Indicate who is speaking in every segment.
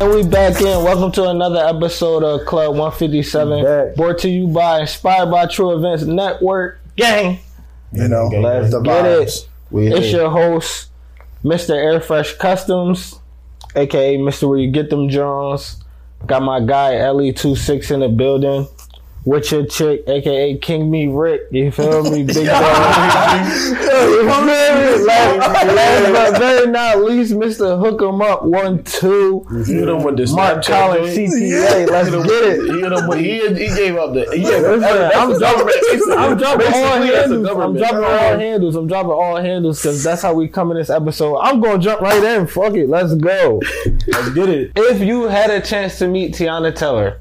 Speaker 1: And we back in. Welcome to another episode of Club 157.
Speaker 2: Back.
Speaker 1: Brought to you by Inspired by True Events Network. Gang.
Speaker 2: You know,
Speaker 3: Okay,
Speaker 2: that's the
Speaker 1: Get it.
Speaker 2: vibes. We
Speaker 1: It's
Speaker 2: here.
Speaker 1: your host, Mr. Airfresh Customs, aka Mr. Where You Get Them Jones. Got my guy Ellie26 in the building. With your chick, aka King Me Rick. You feel me? Big dog. You feel me? Last last but very not least, Mr. Hook 'em Up 1 2.
Speaker 3: You done with this
Speaker 1: Mark Collins, CTA. Let's get it.
Speaker 3: You done with, he, he gave up the. He gave
Speaker 1: Listen,
Speaker 3: up,
Speaker 1: I'm dropping, I'm dropping all handles. I'm dropping all
Speaker 3: handles.
Speaker 1: handles. I'm dropping all handles because that's how we come in this episode. I'm gonna jump right in. Fuck it, let's go.
Speaker 3: Let's get it.
Speaker 1: If you had a chance to meet Tiana Teller,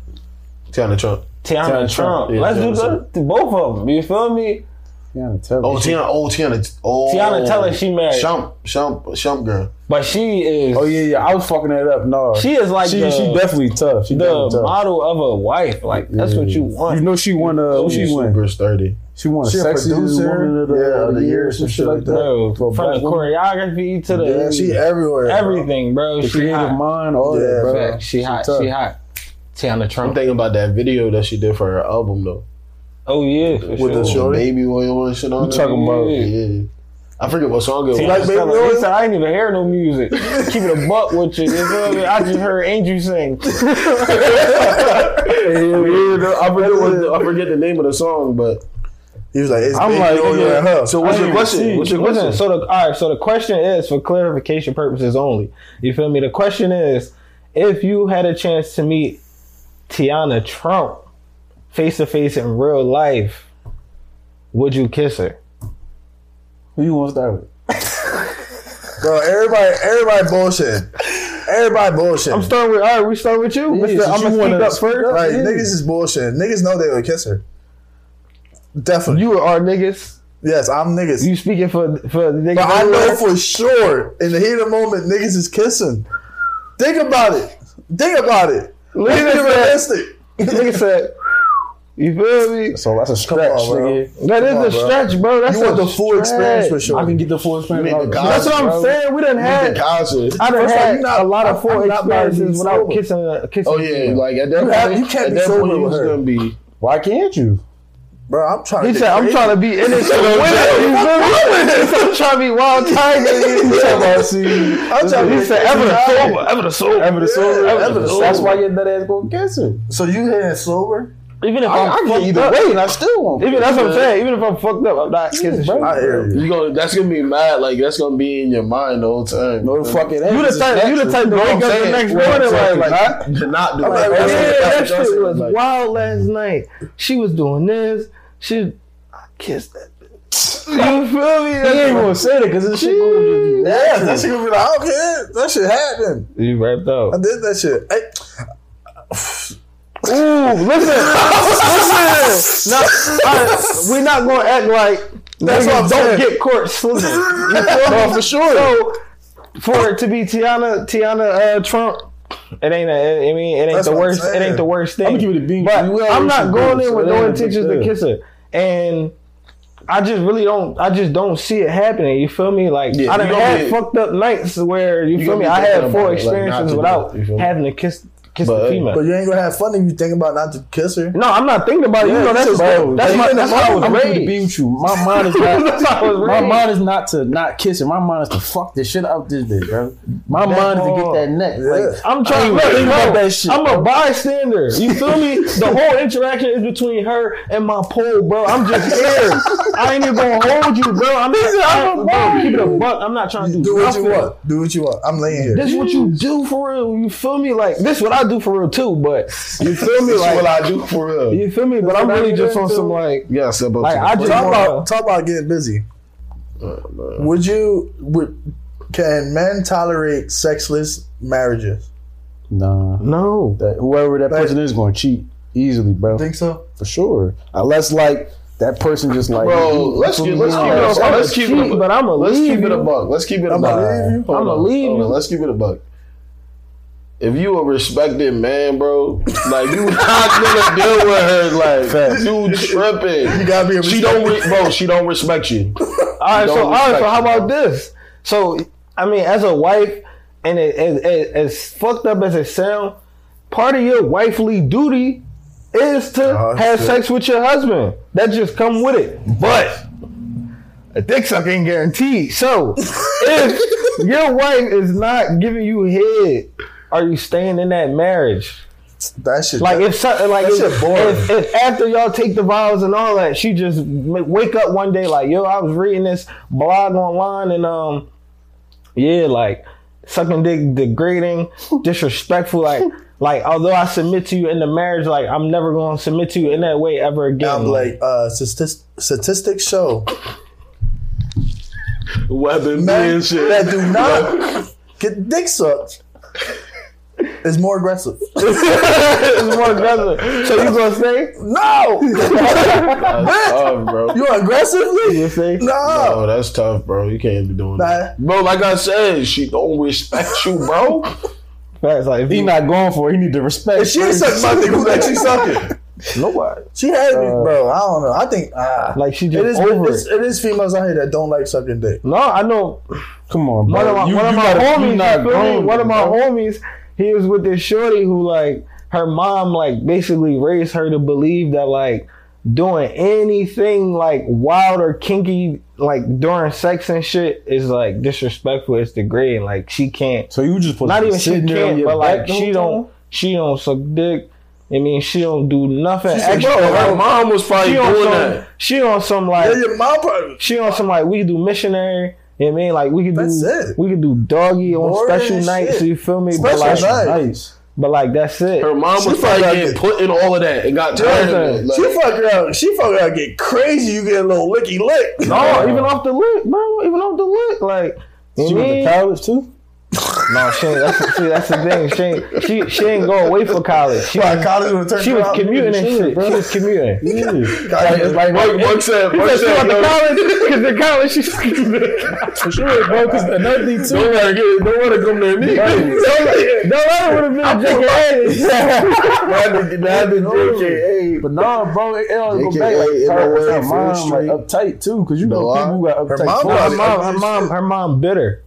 Speaker 3: Tiana Trump.
Speaker 1: Tiana,
Speaker 3: Tiana
Speaker 1: Trump,
Speaker 3: Trump, yeah,
Speaker 1: let's do
Speaker 3: Tiana
Speaker 1: the, both of them. You feel me?
Speaker 2: Tiana Taylor.
Speaker 3: Oh, Tiana. Oh, Tiana. Oh,
Speaker 1: Tiana Teller, she married,
Speaker 3: Shump, Shump, Shump girl.
Speaker 1: but she is
Speaker 2: Oh yeah, yeah. I was fucking that up. No,
Speaker 1: she is like
Speaker 2: she,
Speaker 1: the,
Speaker 2: she definitely tough. She
Speaker 1: the
Speaker 2: definitely tough.
Speaker 1: model of a wife. Like that's what you want.
Speaker 2: You know she won. Uh, what she
Speaker 3: She's
Speaker 2: won?
Speaker 3: super sturdy.
Speaker 2: She won
Speaker 3: She a
Speaker 2: sexiest
Speaker 3: producer,
Speaker 2: woman of the,
Speaker 3: yeah,
Speaker 2: of the year, or some shit like that.
Speaker 1: Bro,
Speaker 2: For
Speaker 1: from
Speaker 2: a
Speaker 1: the
Speaker 2: black woman.
Speaker 1: choreography to the
Speaker 2: Yeah,
Speaker 3: She everywhere.
Speaker 1: everything, bro.
Speaker 2: The
Speaker 1: She
Speaker 2: creative
Speaker 1: hot.
Speaker 2: mind, all
Speaker 3: Yeah,
Speaker 2: that, bro.
Speaker 1: Fact, She hot.
Speaker 2: tough.
Speaker 1: She hot. Tiana
Speaker 3: I'm
Speaker 1: Trump.
Speaker 3: thinking about that video that she did for her album though,
Speaker 1: Oh yeah, for
Speaker 3: with
Speaker 1: sure.
Speaker 3: the baby oil and shit on.
Speaker 2: You
Speaker 3: it.
Speaker 2: talking about-
Speaker 3: Yeah, I forget what song it was.
Speaker 1: He
Speaker 2: like
Speaker 1: just
Speaker 2: Baby
Speaker 1: tell her, he
Speaker 2: Oil?
Speaker 1: said, I ain't even hear no music. Keep it a buck with you. you feel me? I just heard Andrew sing.
Speaker 2: Yeah, yeah,
Speaker 3: Yeah,
Speaker 2: yeah.
Speaker 3: I forget what, I forget the name of the song, but
Speaker 2: He was like, it's
Speaker 1: I'm like, nigga,
Speaker 2: So
Speaker 3: what's your question?
Speaker 1: See,
Speaker 3: What's your
Speaker 1: listen,
Speaker 3: question?
Speaker 1: So the all right. So the question is for clarification purposes only. You feel me? The question is, if you had a chance to meet Tiana Trump face to face in real life, would you kiss her?
Speaker 2: Who you want to start with?
Speaker 4: Bro, everybody, everybody bullshit. Everybody bullshit.
Speaker 1: I'm starting with all right. We start with you. Mr.
Speaker 2: since
Speaker 1: I'm
Speaker 2: you
Speaker 1: gonna
Speaker 2: wanna
Speaker 1: speak up
Speaker 2: speak
Speaker 1: first.
Speaker 2: up.
Speaker 4: like
Speaker 2: yeah.
Speaker 4: niggas is bullshit. Niggas know they would kiss her. Definitely.
Speaker 1: You are niggas.
Speaker 4: yes, I'm niggas.
Speaker 1: You speaking for for the niggas?
Speaker 4: but I know
Speaker 1: everywhere?
Speaker 4: for sure, in the heat of the moment, niggas is kissing. Think about it. Think about it.
Speaker 1: Look
Speaker 4: Let's be
Speaker 1: at
Speaker 4: realistic.
Speaker 1: that. Nigga said, "You feel me?
Speaker 2: So that's a stretch,
Speaker 4: on, bro.
Speaker 2: nigga.
Speaker 1: That is
Speaker 4: Come
Speaker 1: a
Speaker 4: on, bro.
Speaker 1: stretch, bro. That's
Speaker 4: You want
Speaker 1: a
Speaker 4: the full experience for
Speaker 1: stretch.
Speaker 4: sure.
Speaker 2: I can get the full experience.
Speaker 3: You made the
Speaker 2: out of
Speaker 1: That's
Speaker 2: it,
Speaker 1: what
Speaker 2: bro.
Speaker 1: I'm saying. We done had.
Speaker 3: conscious.
Speaker 1: I done
Speaker 4: First off,
Speaker 1: had
Speaker 4: you not-
Speaker 1: a lot of
Speaker 4: I-
Speaker 1: full
Speaker 4: I'm not about to be
Speaker 1: experiences without
Speaker 4: sober.
Speaker 1: kissing. A, kissing.
Speaker 3: Oh yeah,
Speaker 1: someone.
Speaker 3: like at that
Speaker 4: You
Speaker 3: point,
Speaker 4: have- you can't
Speaker 3: at
Speaker 4: be
Speaker 3: that
Speaker 4: sober
Speaker 3: point, you
Speaker 4: with
Speaker 3: was
Speaker 4: her.
Speaker 3: gonna be.
Speaker 2: Why can't you?
Speaker 4: Bro, I'm trying
Speaker 1: He
Speaker 4: to
Speaker 1: said, "I'm trying to be innocent. You feel me? I'm trying to be wild tiger."
Speaker 4: I'm trying to
Speaker 1: He
Speaker 4: be
Speaker 1: said, "Ever the sober, ever the sober."
Speaker 2: Ever the soul.
Speaker 4: ever the soul.
Speaker 2: That's why your nut ass gonna kiss her.
Speaker 4: So you here sober?
Speaker 1: Even if
Speaker 2: I
Speaker 1: I'm
Speaker 2: can
Speaker 1: fucked
Speaker 2: either
Speaker 1: up,
Speaker 2: way, and I still won't.
Speaker 1: even that's what I'm saying. Even if I'm fucked up, I'm not kissing.
Speaker 2: bro.
Speaker 1: shit.
Speaker 4: I hear you.
Speaker 3: You gonna that's gonna be mad. Like that's gonna be in your mind the whole time.
Speaker 2: No fucking ass.
Speaker 1: You the type. You the type to
Speaker 3: No,
Speaker 1: wake
Speaker 3: I'm
Speaker 1: up the
Speaker 3: saying,
Speaker 1: next
Speaker 3: well,
Speaker 1: morning
Speaker 3: exactly.
Speaker 1: like.
Speaker 3: not, to not do
Speaker 4: I'm
Speaker 3: that.
Speaker 4: like,
Speaker 3: That's
Speaker 4: yeah,
Speaker 3: what-
Speaker 1: Yeah, that
Speaker 3: that's what I'm
Speaker 1: shit
Speaker 3: saying,
Speaker 1: was
Speaker 3: like,
Speaker 1: wild last night. She was doing this. She, I kissed that. bitch. You feel me?
Speaker 2: He ain't gonna say that because this shit gonna be
Speaker 4: Yeah, that shit gonna be like, I don't care. That shit happened.
Speaker 1: You wrapped
Speaker 4: I
Speaker 1: up.
Speaker 4: did that shit. Hey,
Speaker 1: Ooh, listen, listen. No, I, we're not gonna act like
Speaker 4: That's
Speaker 1: niggas
Speaker 4: what I'm
Speaker 1: don't
Speaker 4: saying.
Speaker 1: get caught slipping. You feel me?
Speaker 2: for sure.
Speaker 1: So, for it to be Tiana, Tiana uh, Trump. It ain't. A, I mean, it ain't
Speaker 4: That's
Speaker 1: the
Speaker 4: what I'm
Speaker 1: worst. It ain't
Speaker 4: saying.
Speaker 1: the worst thing.
Speaker 2: I'ma give it a bean.
Speaker 1: But
Speaker 2: We already
Speaker 1: I'm not
Speaker 2: should
Speaker 1: going
Speaker 2: do it,
Speaker 1: in
Speaker 2: so
Speaker 1: with
Speaker 2: that
Speaker 1: no
Speaker 2: ain't a big
Speaker 1: intentions to
Speaker 2: deal.
Speaker 1: kiss her, and I just really don't. I just don't see it happening. You feel me? Like
Speaker 3: Yeah,
Speaker 1: I
Speaker 3: you
Speaker 1: done
Speaker 3: gonna
Speaker 1: had
Speaker 3: be-
Speaker 1: fucked up nights where you, feel
Speaker 3: gonna
Speaker 1: me.
Speaker 3: be
Speaker 1: I
Speaker 3: thinking
Speaker 1: had
Speaker 3: about it,
Speaker 1: four
Speaker 3: like, not to
Speaker 1: experiences
Speaker 3: do
Speaker 1: without
Speaker 3: it, you feel me?
Speaker 1: having to kiss kiss
Speaker 3: But,
Speaker 1: the
Speaker 3: uh,
Speaker 1: female.
Speaker 4: but you ain't gonna have fun if you think about not to kiss her.
Speaker 1: no, I'm not thinking about it. you know that's
Speaker 2: bro,
Speaker 1: that's my that's how I
Speaker 2: I'm
Speaker 1: was
Speaker 2: gonna be
Speaker 1: raised.
Speaker 2: with you. My mind is
Speaker 1: That's how I was
Speaker 2: not. my
Speaker 1: raised.
Speaker 2: mind is not to not kiss her. My mind is to fuck this shit up this bitch, bro. My mind is to get that neck. Like,
Speaker 1: I'm trying
Speaker 2: I ain't
Speaker 1: to
Speaker 2: think about that shit,
Speaker 1: I'm a
Speaker 2: bro.
Speaker 1: bystander. You feel me? the whole interaction is between her and my pole, bro. I'm just here. I ain't even gonna hold you, bro. I'm not. I'm bro, keep it a buck. I'm not trying to do,
Speaker 4: Do what you
Speaker 1: nothing.
Speaker 4: want. Do what you want. I'm laying here.
Speaker 1: This what you do for real. You feel me? Like this what I do for real too. But you feel me?
Speaker 3: This is
Speaker 1: Like
Speaker 3: what I do for real.
Speaker 1: you feel me? But I'm
Speaker 2: what I
Speaker 1: really
Speaker 2: get
Speaker 1: just on
Speaker 2: into.
Speaker 1: some like.
Speaker 3: Yeah, step up.
Speaker 1: Like,
Speaker 3: to the
Speaker 1: I
Speaker 3: plate.
Speaker 1: just-
Speaker 4: talk
Speaker 1: Well-
Speaker 4: about talk about getting busy. Would you would can men tolerate sexless marriages?
Speaker 2: nah,
Speaker 1: No,
Speaker 2: that, whoever that person is going to cheat easily, bro.
Speaker 4: Think so?
Speaker 2: For sure. Unless like that person just like,
Speaker 3: Bro, let's get let's
Speaker 1: I
Speaker 3: keep
Speaker 1: don't know if I'm a
Speaker 3: it a- let's keep it
Speaker 1: cheat,
Speaker 3: a
Speaker 1: but I'ma
Speaker 3: let's
Speaker 1: leave
Speaker 3: keep it a
Speaker 1: you.
Speaker 3: buck. Let's keep it a
Speaker 4: I'm
Speaker 3: buck.
Speaker 4: gonna leave you.
Speaker 3: Hold
Speaker 1: I'ma
Speaker 3: on,
Speaker 1: leave
Speaker 3: hold on,
Speaker 1: you.
Speaker 3: Let's keep it a buck. If you a respected man, bro, like you not gonna deal with her like
Speaker 2: Facts.
Speaker 3: you tripping.
Speaker 4: You gotta be a
Speaker 3: She
Speaker 4: respect-
Speaker 3: don't, re- bro. She don't respect you.
Speaker 1: All right, so
Speaker 3: Don't
Speaker 1: all right, so
Speaker 3: respect
Speaker 1: how
Speaker 3: it,
Speaker 1: about
Speaker 3: bro.
Speaker 1: this? So I mean, as a wife and it, it, it, as fucked up as it sound, part of your wifely duty is to
Speaker 4: Oh,
Speaker 1: have
Speaker 4: shit.
Speaker 1: sex with your husband. That just come with it. But a dick suck ain't guaranteed. So if your wife is not giving you head, are you staying in that marriage?
Speaker 4: That shit.
Speaker 1: Like if so, like
Speaker 4: That
Speaker 1: if,
Speaker 4: shit boring.
Speaker 1: if, if after y'all take the vows and all that, she just ma- wake up one day like, yo, I was reading this blog online and um, yeah, like sucking dick, degrading, disrespectful, like. Like, although I submit to you in the marriage, like I'm never gonna submit to you in that way ever again.
Speaker 4: I'm like, uh, statis- statistics show
Speaker 3: Weapon
Speaker 4: men
Speaker 3: being shit.
Speaker 4: that do not get dick sucked is more aggressive.
Speaker 1: It's more aggressive. So you gonna stay?
Speaker 4: No,
Speaker 3: That's tough, bro.
Speaker 4: you aggressively.
Speaker 1: You stay?
Speaker 4: No,
Speaker 3: Oh, that's tough, bro. You can't be doing
Speaker 4: Nah.
Speaker 3: that. Bro, like I said, she don't respect you, bro.
Speaker 1: Facts, like if
Speaker 2: He
Speaker 1: you not
Speaker 2: not going for it. He need to respect.
Speaker 4: if she didn't suck my dick, who's actually sucking?
Speaker 1: nobody,
Speaker 4: She had me, bro. I don't know. I think ah,
Speaker 1: like she
Speaker 4: it
Speaker 1: just
Speaker 4: is.
Speaker 1: over
Speaker 4: It's,
Speaker 1: it.
Speaker 4: it is females out here that don't like sucking dick.
Speaker 1: No, I know
Speaker 2: Come on, bro.
Speaker 1: one of my,
Speaker 2: You-
Speaker 1: one of
Speaker 2: you
Speaker 1: my
Speaker 2: gotta- you
Speaker 1: homies, you
Speaker 2: not
Speaker 1: feel me?
Speaker 2: grown,
Speaker 1: one of my
Speaker 2: bro.
Speaker 1: homies, he was with this shorty who like her mom like basically raised her to believe that like doing anything like wild or kinky like during sex and shit is like disrespectful. It's degrading. Like she can't.
Speaker 2: So you just supposed
Speaker 1: Not
Speaker 2: to be
Speaker 1: even she
Speaker 2: sitting there on
Speaker 1: can't,
Speaker 2: your
Speaker 1: but
Speaker 2: back
Speaker 1: like
Speaker 2: the whole
Speaker 1: she don't.
Speaker 2: time?
Speaker 1: She don't suck dick. I mean, she don't do nothing
Speaker 3: Bro,
Speaker 1: extra.
Speaker 3: her mom was probably
Speaker 1: she on
Speaker 3: doing
Speaker 1: some.
Speaker 3: that.
Speaker 1: She on some like
Speaker 4: Yeah, your mom probably.
Speaker 1: she on some like we could do missionary. You know what I mean? Like we could
Speaker 4: That's
Speaker 1: do
Speaker 4: it.
Speaker 1: we could do doggy on
Speaker 4: Boring
Speaker 1: special
Speaker 4: as
Speaker 1: nights.
Speaker 4: shit.
Speaker 1: You feel me? but
Speaker 4: Special
Speaker 1: like,
Speaker 4: night.
Speaker 2: Nice.
Speaker 1: but like that's it. Oh,
Speaker 3: Her mom
Speaker 4: She
Speaker 3: was probably
Speaker 4: fucked
Speaker 3: getting
Speaker 4: up.
Speaker 3: put in all of that and got tired of
Speaker 1: Listen,
Speaker 3: it. Like,
Speaker 4: She fuck her out. She fuck her out. Get crazy. You get a little licky lick.
Speaker 1: no, even off the look, bro. Even off the look, like.
Speaker 2: She
Speaker 1: You
Speaker 2: went
Speaker 1: mean?
Speaker 2: to college too.
Speaker 1: No, she ain't, that's, see, that's the thing. She ain't, she, she ain't go away for college. She,
Speaker 4: Like college would turn
Speaker 1: she was
Speaker 4: around.
Speaker 1: commuting and
Speaker 2: Shit,
Speaker 1: shit.
Speaker 2: bro.
Speaker 1: She was commuting.
Speaker 2: Yeah.
Speaker 4: Like, it's like,
Speaker 3: Mark, Mark said, Mark
Speaker 1: She
Speaker 3: said,
Speaker 1: went
Speaker 3: yo,
Speaker 1: to college because in college she's
Speaker 2: For sure, bro. Because another thing too.
Speaker 3: don't let her get- don't let her come near me.
Speaker 1: no, that would have been a JKA.
Speaker 2: But no, bro, it, it all go
Speaker 3: JKA
Speaker 2: back like
Speaker 3: in the
Speaker 2: her,
Speaker 3: way,
Speaker 2: her
Speaker 3: Fruit
Speaker 2: mom like
Speaker 3: Street.
Speaker 2: uptight too, because you
Speaker 3: No,
Speaker 2: know
Speaker 3: I-
Speaker 2: people who got
Speaker 4: Her
Speaker 2: uptight.
Speaker 4: mom
Speaker 2: too.
Speaker 1: Her
Speaker 4: was-
Speaker 1: mom, her mom, her mom bitter.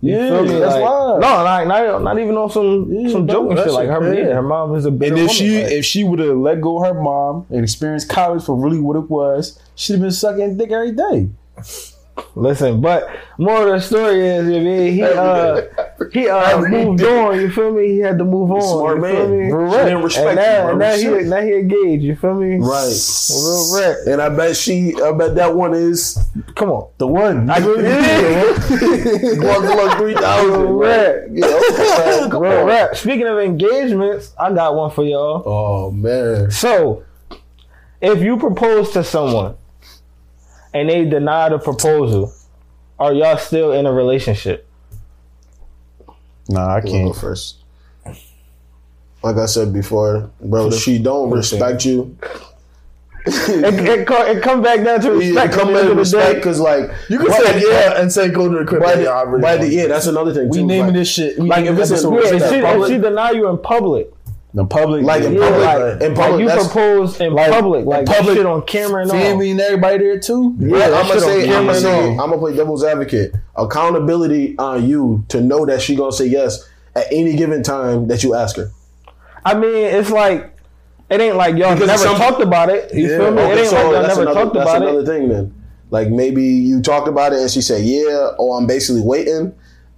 Speaker 2: yeah,
Speaker 1: Feel me?
Speaker 2: that's
Speaker 1: Like,
Speaker 2: why.
Speaker 1: No, like not, not even on some
Speaker 2: Yeah,
Speaker 1: some
Speaker 2: bro,
Speaker 1: joking
Speaker 2: that
Speaker 1: shit. Like
Speaker 2: shit
Speaker 1: her,
Speaker 2: crazy.
Speaker 1: yeah, her mom is a bitter
Speaker 2: And if
Speaker 1: woman,
Speaker 2: she
Speaker 1: like.
Speaker 2: if she would have let go of her mom and experienced college for really what it was, she'd have been sucking dick every day.
Speaker 1: listen, but more of the story is, you mean, he uh he uh moved on. You feel me? He had to move on.
Speaker 3: Smart
Speaker 1: you
Speaker 3: man.
Speaker 1: feel me?
Speaker 3: Real
Speaker 1: And
Speaker 3: rap. Respect you,
Speaker 1: now,
Speaker 3: bro.
Speaker 1: and now he
Speaker 3: Shit.
Speaker 1: now he engaged. You feel me? Real rap.
Speaker 3: And I bet she, I bet that one is
Speaker 1: Come on.
Speaker 2: The one. I
Speaker 3: Walk along three thousand.
Speaker 1: Real rap.
Speaker 3: Real
Speaker 1: Real rap. Speaking of engagements, I got one for y'all.
Speaker 3: Oh man.
Speaker 1: So, if you propose to someone and they deny the proposal, are y'all still in a relationship?
Speaker 2: nah, I
Speaker 3: I'll go
Speaker 2: can't.
Speaker 3: first. Like I said before, bro, if she don't respect you,
Speaker 1: It, it, co- it come back down to
Speaker 3: yeah,
Speaker 1: respect.
Speaker 3: come
Speaker 1: at the end
Speaker 3: in
Speaker 1: of the
Speaker 3: respect
Speaker 1: day.
Speaker 3: because like
Speaker 4: you can
Speaker 3: But-
Speaker 4: say yeah and say go to the crib.
Speaker 3: by the,
Speaker 4: yeah, I really
Speaker 3: by the
Speaker 4: want
Speaker 3: yeah, that's another thing.
Speaker 2: We
Speaker 3: too,
Speaker 2: naming
Speaker 3: like,
Speaker 2: this shit. We
Speaker 3: like,
Speaker 2: naming
Speaker 3: if it's
Speaker 2: episode
Speaker 3: a-
Speaker 2: six
Speaker 1: Yeah,
Speaker 2: that
Speaker 1: if she, if
Speaker 2: public-
Speaker 1: she deny you in public,
Speaker 2: the public,
Speaker 3: like in
Speaker 2: yeah.
Speaker 3: public,
Speaker 1: like-
Speaker 3: in
Speaker 1: like
Speaker 3: public,
Speaker 1: you
Speaker 3: that's,
Speaker 1: propose in
Speaker 2: like,
Speaker 1: public,
Speaker 2: in
Speaker 1: like
Speaker 2: public,
Speaker 1: shit on camera and all.
Speaker 2: family and everybody there too.
Speaker 1: Yeah, that
Speaker 3: I'm gonna
Speaker 1: shit on
Speaker 3: say, I'm
Speaker 1: camera
Speaker 3: gonna
Speaker 1: and
Speaker 3: say, I'm
Speaker 1: all.
Speaker 3: gonna play devil's advocate. Accountability on you to know that she gonna say yes at any given time that you ask her.
Speaker 1: I mean, it's like it ain't like y'all
Speaker 3: Because
Speaker 1: never
Speaker 3: some-
Speaker 1: talked about it. You feel me?
Speaker 3: Okay,
Speaker 1: it ain't
Speaker 3: so
Speaker 1: like y'all
Speaker 3: that's
Speaker 1: never
Speaker 3: another,
Speaker 1: talked
Speaker 3: that's
Speaker 1: about it.
Speaker 3: another thing then. Like maybe you talked about it and she said, "Yeah," or I'm basically waiting,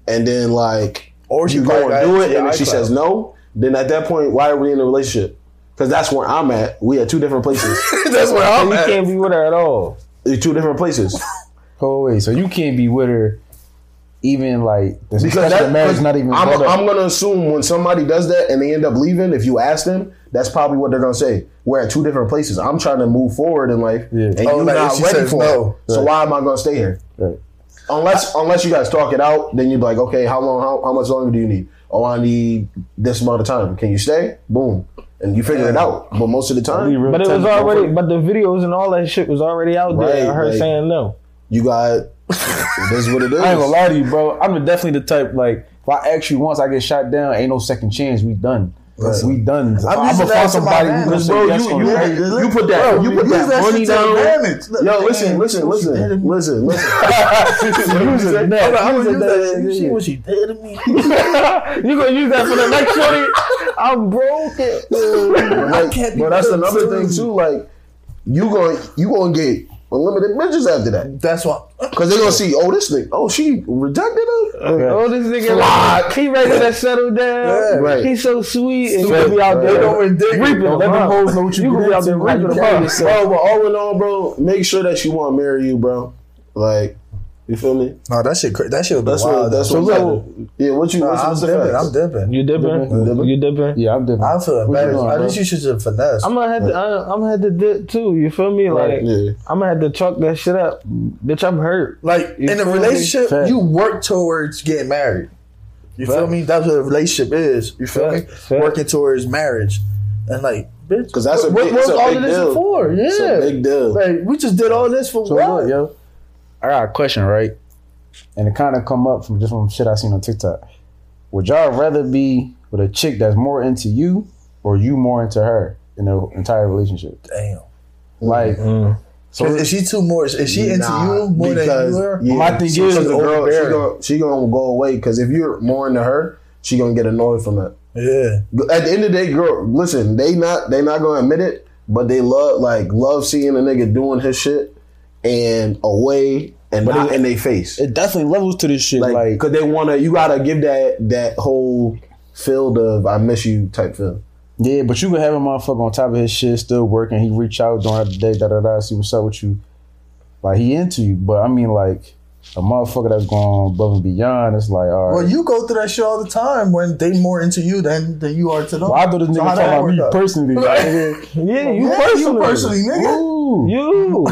Speaker 3: and then like
Speaker 4: Or she
Speaker 3: you go
Speaker 4: probably
Speaker 3: and
Speaker 4: got
Speaker 3: do
Speaker 4: into
Speaker 3: it,
Speaker 4: your
Speaker 3: and if she
Speaker 4: iCloud.
Speaker 3: says no, then at that point, why are we in a relationship? Because that's where I'm at. We at two different places.
Speaker 4: it. That's where I'm
Speaker 1: you
Speaker 4: at.
Speaker 1: can't be with her at all.
Speaker 3: We're two different places.
Speaker 2: Oh wait, so you can't be with her, even like because
Speaker 3: that-
Speaker 2: the marriage not even.
Speaker 3: I'm,
Speaker 2: brought up.
Speaker 3: I'm gonna assume when somebody does that and they end up leaving, if you ask them, that's probably what they're gonna say. We're at two different places. I'm trying to move forward in life,
Speaker 2: Yeah.
Speaker 3: and
Speaker 4: Oh,
Speaker 3: you're
Speaker 4: like,
Speaker 3: not
Speaker 4: she
Speaker 3: ready
Speaker 4: says
Speaker 3: for
Speaker 4: no.
Speaker 3: it. So why am I gonna stay here?
Speaker 2: Right.
Speaker 3: Unless unless you guys talk it out, then you're like, okay, how long? How, how much longer do you need? Oh, I need this amount of time. Can you stay? Boom, and you figure it out. But most of the
Speaker 2: Be
Speaker 3: time,
Speaker 2: real
Speaker 1: But it was
Speaker 2: tender,
Speaker 1: already,
Speaker 2: bro.
Speaker 1: but the videos and all that shit was already out there.
Speaker 3: Right,
Speaker 1: Her
Speaker 3: like-
Speaker 1: saying no.
Speaker 3: you got this. Is what it is.
Speaker 2: I ain't gonna lie to you, bro. I'm definitely the type like if I ask you once, I get shot down. Ain't no second chance. We done. We done.
Speaker 4: I'm
Speaker 2: I'ma
Speaker 4: using that to my advantage.
Speaker 2: gonna say
Speaker 3: Bro,
Speaker 2: yes
Speaker 3: you-
Speaker 2: on
Speaker 3: you-
Speaker 2: that.
Speaker 3: you put that- you put that money down. Yo, listen,
Speaker 4: listen,
Speaker 3: listen, listen, listen, listen.
Speaker 4: I'm gonna use that.
Speaker 2: You
Speaker 4: You
Speaker 2: see
Speaker 4: see what she did to me?
Speaker 1: you gonna use that for the next shorty? I'm broken.
Speaker 3: But, like,
Speaker 4: can't be
Speaker 3: but that's
Speaker 4: good
Speaker 3: another
Speaker 4: too.
Speaker 3: thing too. Like you going you gonna get unlimited bitches after that
Speaker 4: That's why.
Speaker 3: because they're gonna see oh this thing oh she rejected her.
Speaker 1: Oh, this nigga, he ready to settle down.
Speaker 3: Right.
Speaker 1: He's so sweet, and you be out
Speaker 3: Right.
Speaker 1: there
Speaker 3: Don't
Speaker 1: reaping.
Speaker 2: Don't let them hoes know what you
Speaker 1: You gonna
Speaker 2: did
Speaker 1: be out
Speaker 2: to
Speaker 1: there
Speaker 2: them, how
Speaker 1: reaping
Speaker 2: you
Speaker 1: the
Speaker 2: carry
Speaker 1: fuck.
Speaker 2: yourself.
Speaker 3: Bro, but all in all, bro, make sure that you want to marry you, bro. Like you feel me?
Speaker 4: No, that shit. cra- That shit would be
Speaker 3: That's
Speaker 4: wild.
Speaker 3: what that's
Speaker 4: though.
Speaker 3: what. yeah, what you?
Speaker 4: Nah,
Speaker 3: what's,
Speaker 4: I'm
Speaker 3: what's the
Speaker 4: dipping.
Speaker 3: facts?
Speaker 4: I'm dipping.
Speaker 1: You dipping?
Speaker 3: You dipping?
Speaker 1: You dipping?
Speaker 2: Yeah, I'm different.
Speaker 4: I
Speaker 2: What
Speaker 4: feel
Speaker 2: you
Speaker 4: embarrassed.
Speaker 2: doing,
Speaker 4: I
Speaker 2: bro?
Speaker 4: think you should just finesse.
Speaker 1: I'm gonna have to. I, I'm gonna have to dip too. You feel me? Like
Speaker 3: Yeah.
Speaker 1: I'm gonna have to chalk that shit up, bitch. I'm hurt.
Speaker 4: like
Speaker 1: You
Speaker 4: in
Speaker 1: feel
Speaker 4: a
Speaker 1: me?
Speaker 4: relationship,
Speaker 2: Fact.
Speaker 4: you work towards getting married. You feel
Speaker 1: Fact.
Speaker 4: me? That's what a relationship is. You feel
Speaker 1: Fact.
Speaker 4: me?
Speaker 1: Fact.
Speaker 4: Working towards marriage, and like, bitch,
Speaker 3: 'Cause that's a
Speaker 4: what,
Speaker 3: big-
Speaker 4: what
Speaker 3: it's a
Speaker 4: all
Speaker 3: big
Speaker 4: of this
Speaker 3: deal.
Speaker 4: for? Yeah,
Speaker 3: It's a big deal.
Speaker 4: like we just did all this for
Speaker 2: So
Speaker 4: what?
Speaker 2: look, yo, I got a question, right? And it kind of come up from just from shit I seen on TikTok. Would y'all rather be with a chick that's more into you, or you more into her in the entire relationship?
Speaker 4: Damn.
Speaker 2: Like, so
Speaker 4: Is she too more? Is she into you more than you are?
Speaker 3: yeah,
Speaker 2: My thing
Speaker 3: she-
Speaker 2: is,
Speaker 3: because the girl, she
Speaker 2: overbearing.
Speaker 3: gonna, she gonna go away because if you're more into her, she gonna get annoyed from that.
Speaker 4: Yeah.
Speaker 3: At the end of the day, girl, listen, they not they not gonna admit it, but they love like love seeing a nigga doing his shit and away and not in their face.
Speaker 2: it definitely levels to this shit. Like,
Speaker 3: like, cause they wanna you gotta give that that whole field of I miss you type feel.
Speaker 2: yeah, but you can have a motherfucker on top of his shit, still working. He reach out during the day, da da da, see what's up with you. Like he into you, but I mean, like a motherfucker that's going above and beyond. It's like, all right.
Speaker 4: Well, you go through that shit all the time when they more into you than than you are to them.
Speaker 2: Well, I thought this nigga
Speaker 4: So how
Speaker 2: talking
Speaker 4: that
Speaker 2: about
Speaker 4: work
Speaker 2: me
Speaker 4: out?
Speaker 2: personally. Like, nigga,
Speaker 1: Yeah, you
Speaker 4: Yeah,
Speaker 1: personally.
Speaker 4: you personally, nigga.
Speaker 2: ooh.
Speaker 1: You.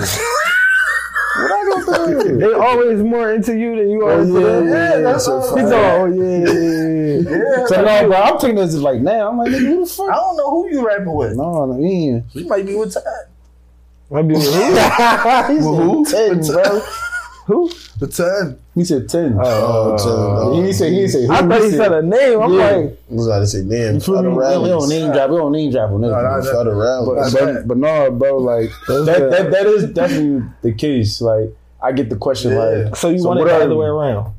Speaker 3: What I gonna do?
Speaker 1: they always more into you than you are into them.
Speaker 3: yeah,
Speaker 4: that's
Speaker 3: so
Speaker 4: all.
Speaker 1: He's
Speaker 3: fire.
Speaker 1: all, oh yeah, yeah, yeah.
Speaker 4: Yeah.
Speaker 2: So no, bro, I'm taking this as like now. I'm like, nigga, who the fuck?
Speaker 4: I don't know who you rapping with.
Speaker 2: No, I mean,
Speaker 4: You might be with Ty.
Speaker 1: I be with who?
Speaker 2: who? ten, bro.
Speaker 1: Who?
Speaker 4: With Ty.
Speaker 2: He said ten.
Speaker 3: Oh, so,
Speaker 2: he
Speaker 3: um,
Speaker 2: didn't say. He didn't
Speaker 4: oh.
Speaker 2: say. Who,
Speaker 1: I thought he said a name. I'm
Speaker 2: Yeah.
Speaker 1: like,
Speaker 3: I was about to say, man,
Speaker 2: You feel
Speaker 3: out
Speaker 2: me?
Speaker 3: of
Speaker 2: We don't- We don't
Speaker 3: rallies.
Speaker 2: name drop. We don't name drop on
Speaker 4: No,
Speaker 2: nigga.
Speaker 4: no,
Speaker 3: Out of
Speaker 2: But,
Speaker 3: rallies.
Speaker 2: but, but no, bro. Like that, that. That is definitely the case. Like I get the question. Like
Speaker 1: so you
Speaker 2: So
Speaker 1: want it
Speaker 2: what
Speaker 1: the
Speaker 2: are
Speaker 1: other
Speaker 2: you?
Speaker 1: way around?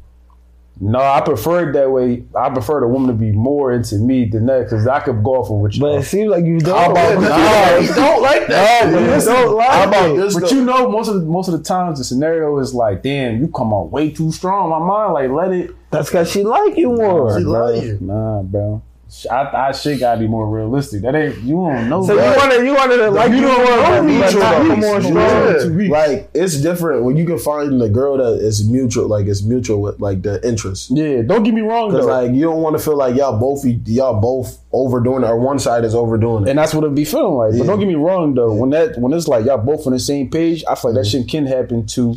Speaker 2: no, I prefer it that way. I prefer the woman to be more into me than that because I could go off of what you.
Speaker 1: But it seems like you don't.
Speaker 2: How about
Speaker 1: Nah,
Speaker 2: no,
Speaker 1: you don't like
Speaker 2: No, but
Speaker 1: You
Speaker 2: listen,
Speaker 1: don't like
Speaker 2: how about
Speaker 1: it.
Speaker 2: this? But you know, most of the, most of the times the scenario is like, damn, you come on way too strong. My mind, like, let it.
Speaker 1: That's because she like you more.
Speaker 4: She
Speaker 2: Bro,
Speaker 4: love you.
Speaker 2: Nah, bro. Sh- I, I shit gotta be more realistic. That ain't you don't know.
Speaker 1: so you
Speaker 2: that.
Speaker 1: wanted, you wanted to like you more,
Speaker 3: want me
Speaker 1: but
Speaker 3: to
Speaker 1: not
Speaker 3: like
Speaker 1: you more
Speaker 3: you.
Speaker 1: strong.
Speaker 4: Yeah.
Speaker 3: Like it's different when you can find the girl that is mutual, like it's mutual with like the interest.
Speaker 2: yeah, don't get me wrong though.
Speaker 3: Cause like you don't want to feel like y'all both y'all both overdoing it or one side is overdoing it.
Speaker 2: and that's what it be feeling like. But don't get me wrong though. When that when it's like y'all both on the same page, I feel like that
Speaker 4: Mm-hmm.
Speaker 2: shit can happen two,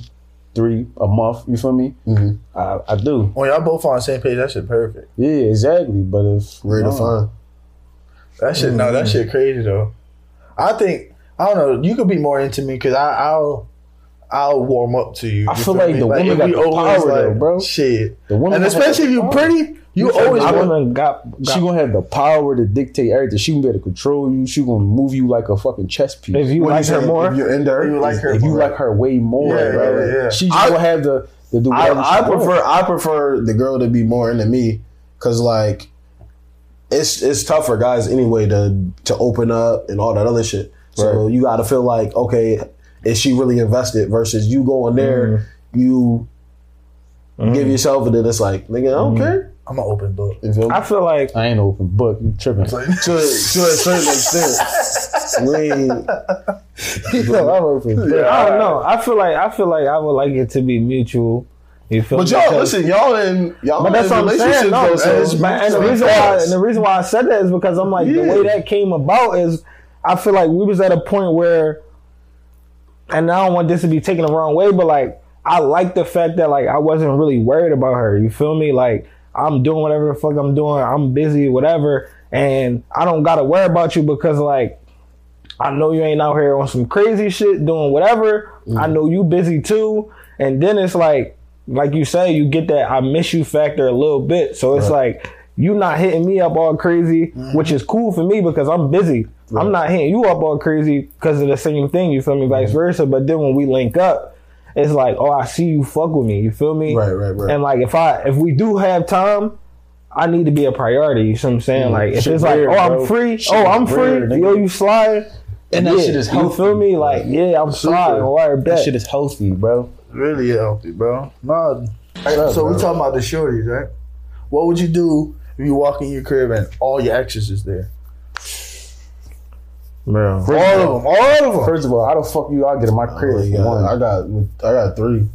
Speaker 2: three a month. You feel me?
Speaker 3: Mhm.
Speaker 4: Mm-hmm.
Speaker 2: I, I do.
Speaker 4: When y'all both on the same page, that shit perfect.
Speaker 2: Yeah, exactly. But if
Speaker 3: Rare to
Speaker 2: nah.
Speaker 3: find.
Speaker 4: That shit, no,
Speaker 2: Mm-hmm.
Speaker 4: that shit crazy though. I think I don't know. You could be more into me because I'll I'll warm up to you.
Speaker 2: I
Speaker 4: You
Speaker 2: feel like the woman
Speaker 4: if
Speaker 2: got
Speaker 4: we
Speaker 2: the
Speaker 4: always,
Speaker 2: power, though, bro.
Speaker 4: Shit,
Speaker 2: The woman
Speaker 4: and
Speaker 2: got the
Speaker 4: especially if you're
Speaker 2: power.
Speaker 4: pretty, you always
Speaker 1: I
Speaker 4: want.
Speaker 1: wouldn't got, got
Speaker 2: She gonna have the power to dictate everything. She gonna be able to control you. She gonna move you like a fucking chess piece.
Speaker 1: if you
Speaker 3: What
Speaker 1: like
Speaker 3: you
Speaker 1: her
Speaker 3: saying?
Speaker 1: more.
Speaker 3: If you're into her,
Speaker 4: You like her
Speaker 2: If you
Speaker 4: more.
Speaker 2: like her way more,
Speaker 4: Yeah,
Speaker 2: bro.
Speaker 4: yeah, yeah.
Speaker 2: She just
Speaker 3: I-
Speaker 2: gonna have the the do whatever
Speaker 3: I, I
Speaker 2: she want.
Speaker 3: prefer I prefer the girl to be more into me because like it's it's tough for guys anyway to to open up and all that other shit. So you got to feel like okay, is she really invested? Versus you going there, you
Speaker 1: Mm-hmm.
Speaker 3: give yourself and then it's like nigga, I don't care.
Speaker 4: I'm an open book.
Speaker 3: You feel me?
Speaker 1: I feel like
Speaker 2: I ain't open book. You tripping?
Speaker 3: to to a certain extent, we ain't-
Speaker 2: no, I'm open. book.
Speaker 1: I
Speaker 4: uh,
Speaker 1: don't know. I feel like I feel like I would like it to be mutual. You feel
Speaker 3: But
Speaker 1: me?
Speaker 3: y'all,
Speaker 1: Because-
Speaker 3: listen, y'all in y'all
Speaker 1: But that's
Speaker 3: in
Speaker 1: what I'm saying. No,
Speaker 3: relationships though,
Speaker 1: it's-
Speaker 3: so-
Speaker 1: and, the reason why, and the reason why I said that is because I'm like the
Speaker 3: Yeah.
Speaker 1: way that came about is I feel like we was at a point where, and I don't want this to be taken the wrong way, but like I like the fact that like I wasn't really worried about her. You feel me? Like I'm doing whatever the fuck I'm doing. I'm busy, whatever, and I don't gotta worry about you because like I know you ain't out here on some crazy shit doing whatever.
Speaker 2: Mm.
Speaker 1: I know you busy too. And then it's like, like you say, you get that I miss you factor a little bit. So it's like you not hitting me up all crazy,
Speaker 2: Mm-hmm.
Speaker 1: which is cool for me because I'm busy. I'm not hitting you up all crazy because of the same thing. You feel
Speaker 2: Mm-hmm.
Speaker 1: me? Vice versa. But then when we link up, it's like, oh, I see you fuck with me. You feel me?
Speaker 3: Right, right, right.
Speaker 1: And like if I if we do have time. I need to be a priority. You see what I'm saying? Like if
Speaker 2: Mm. Shit
Speaker 1: it's like,
Speaker 2: weird,
Speaker 1: oh,
Speaker 2: bro.
Speaker 1: I'm free.
Speaker 2: Shit
Speaker 1: oh, I'm
Speaker 2: weird,
Speaker 1: free.
Speaker 2: nigga.
Speaker 1: Yo, you slide.
Speaker 2: And that
Speaker 1: yeah,
Speaker 2: shit is
Speaker 1: You
Speaker 2: healthy.
Speaker 1: feel me? Like, yeah, I'm sliding. Or I
Speaker 2: That
Speaker 1: bet.
Speaker 2: shit is healthy, bro.
Speaker 4: Really healthy, bro. Nah. so we
Speaker 2: bro.
Speaker 4: talking about the shorties, right? What would you do if you walk in your crib and all your exes is there?
Speaker 1: Bro.
Speaker 4: All of them. All of them.
Speaker 2: First of all, how the fuck you out get in my crib?
Speaker 3: Oh,
Speaker 2: for
Speaker 3: yeah,
Speaker 2: one?
Speaker 3: I got I got three,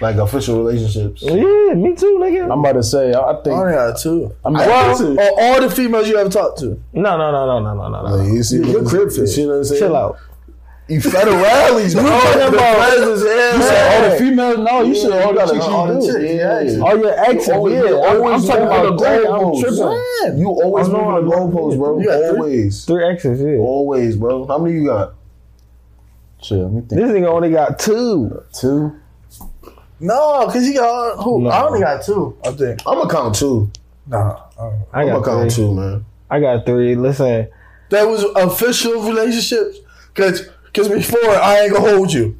Speaker 3: like official relationships.
Speaker 1: Oh, Yeah, me too, nigga.
Speaker 2: I'm about to say, I I
Speaker 4: I
Speaker 2: think
Speaker 4: only got two.
Speaker 2: I'm
Speaker 3: I
Speaker 2: not,
Speaker 3: got
Speaker 4: Well,
Speaker 3: two.
Speaker 4: or all the females you ever talked to.
Speaker 1: No, no, no, no, no, no, no,
Speaker 3: Like,
Speaker 1: no.
Speaker 3: you see,
Speaker 4: Your crib fit.
Speaker 3: You know what I'm saying?
Speaker 1: Chill out.
Speaker 3: You federal rallies, bro.
Speaker 1: talking
Speaker 3: The
Speaker 1: about-
Speaker 3: president's ass.
Speaker 2: all the females. No, you should all
Speaker 3: you
Speaker 2: got
Speaker 3: gotta
Speaker 2: to
Speaker 3: know all the
Speaker 2: do.
Speaker 3: chicks,
Speaker 2: Yeah.
Speaker 3: yeah, yeah.
Speaker 1: All your exes,
Speaker 3: You always-
Speaker 1: yeah.
Speaker 3: you
Speaker 1: I'm, I'm
Speaker 3: always
Speaker 1: talking
Speaker 3: moving
Speaker 1: about
Speaker 3: the
Speaker 1: the goalposts. I'm
Speaker 3: goalposts.
Speaker 1: tripping.
Speaker 3: You always
Speaker 1: I know
Speaker 3: moving the
Speaker 1: I'm-
Speaker 3: goalposts, bro.
Speaker 4: You got three?
Speaker 3: Always,
Speaker 1: Three exes, yeah.
Speaker 3: always, bro. How many you got?
Speaker 2: Chill, let me think.
Speaker 1: This nigga only got two.
Speaker 2: Two.
Speaker 4: No, cause you got who?
Speaker 1: No.
Speaker 4: I only got two. I think.
Speaker 3: I'm gonna count two.
Speaker 4: Nah. I don't know.
Speaker 1: I
Speaker 3: I'm gonna
Speaker 1: got
Speaker 3: count
Speaker 1: three.
Speaker 3: two, man.
Speaker 1: I got three. Listen,
Speaker 4: That was official relationships. Cause, cause before I ain't gonna hold you.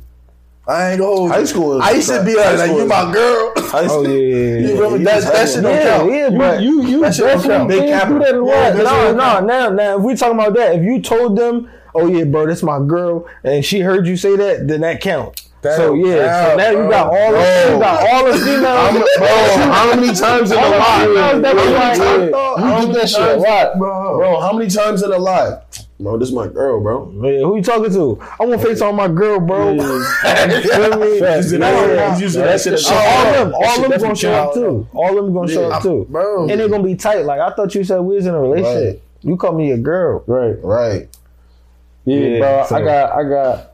Speaker 4: I ain't gonna hold you.
Speaker 3: High school is-
Speaker 4: I used to be
Speaker 3: high
Speaker 4: like, like
Speaker 3: school
Speaker 4: you
Speaker 3: is-
Speaker 4: my girl.
Speaker 1: oh yeah, yeah,
Speaker 4: You
Speaker 1: yeah.
Speaker 4: feel me?
Speaker 3: you
Speaker 4: That
Speaker 3: just
Speaker 4: that
Speaker 3: had
Speaker 4: shit
Speaker 3: one.
Speaker 4: don't
Speaker 1: Yeah,
Speaker 4: count.
Speaker 1: yeah, but
Speaker 2: You you
Speaker 4: That shit don't count.
Speaker 2: definitely
Speaker 4: Big
Speaker 2: can't do
Speaker 4: capper.
Speaker 2: that at
Speaker 1: Yeah,
Speaker 2: all.
Speaker 4: that's
Speaker 1: no,
Speaker 4: what-
Speaker 1: no, now, now, if we talking about that, if you told them, oh yeah, bro, this my girl, and she heard you say that, then that counts.
Speaker 4: That
Speaker 1: so
Speaker 4: don't
Speaker 1: yeah, so
Speaker 4: count,
Speaker 1: now you got
Speaker 4: bro.
Speaker 1: all the, you got all the
Speaker 3: I'm,
Speaker 1: females.
Speaker 3: bro, how many times
Speaker 4: Oh
Speaker 3: in a
Speaker 1: All
Speaker 3: lot?
Speaker 1: the females that was like,
Speaker 3: How many
Speaker 1: oh,
Speaker 3: times- You did that shit a lot,
Speaker 4: Bro.
Speaker 3: bro. How many times in a lot? No, this my girl, bro.
Speaker 1: Yeah, who you talking to? I'm gonna face on my girl, bro. Feel me?
Speaker 3: Facts.
Speaker 1: Yeah.
Speaker 3: Facts. Using that shit as
Speaker 1: So
Speaker 3: a-
Speaker 1: all them, all them gonna
Speaker 2: definitely
Speaker 1: show up too. All them gonna show up too,
Speaker 4: Bro.
Speaker 1: And they gonna be tight. Like I thought you said we was in a relationship.
Speaker 3: Right.
Speaker 1: You call me a girl.
Speaker 2: Right.
Speaker 3: Right.
Speaker 2: Yeah,
Speaker 1: Yeah,
Speaker 2: bro.
Speaker 1: so-
Speaker 2: I got I got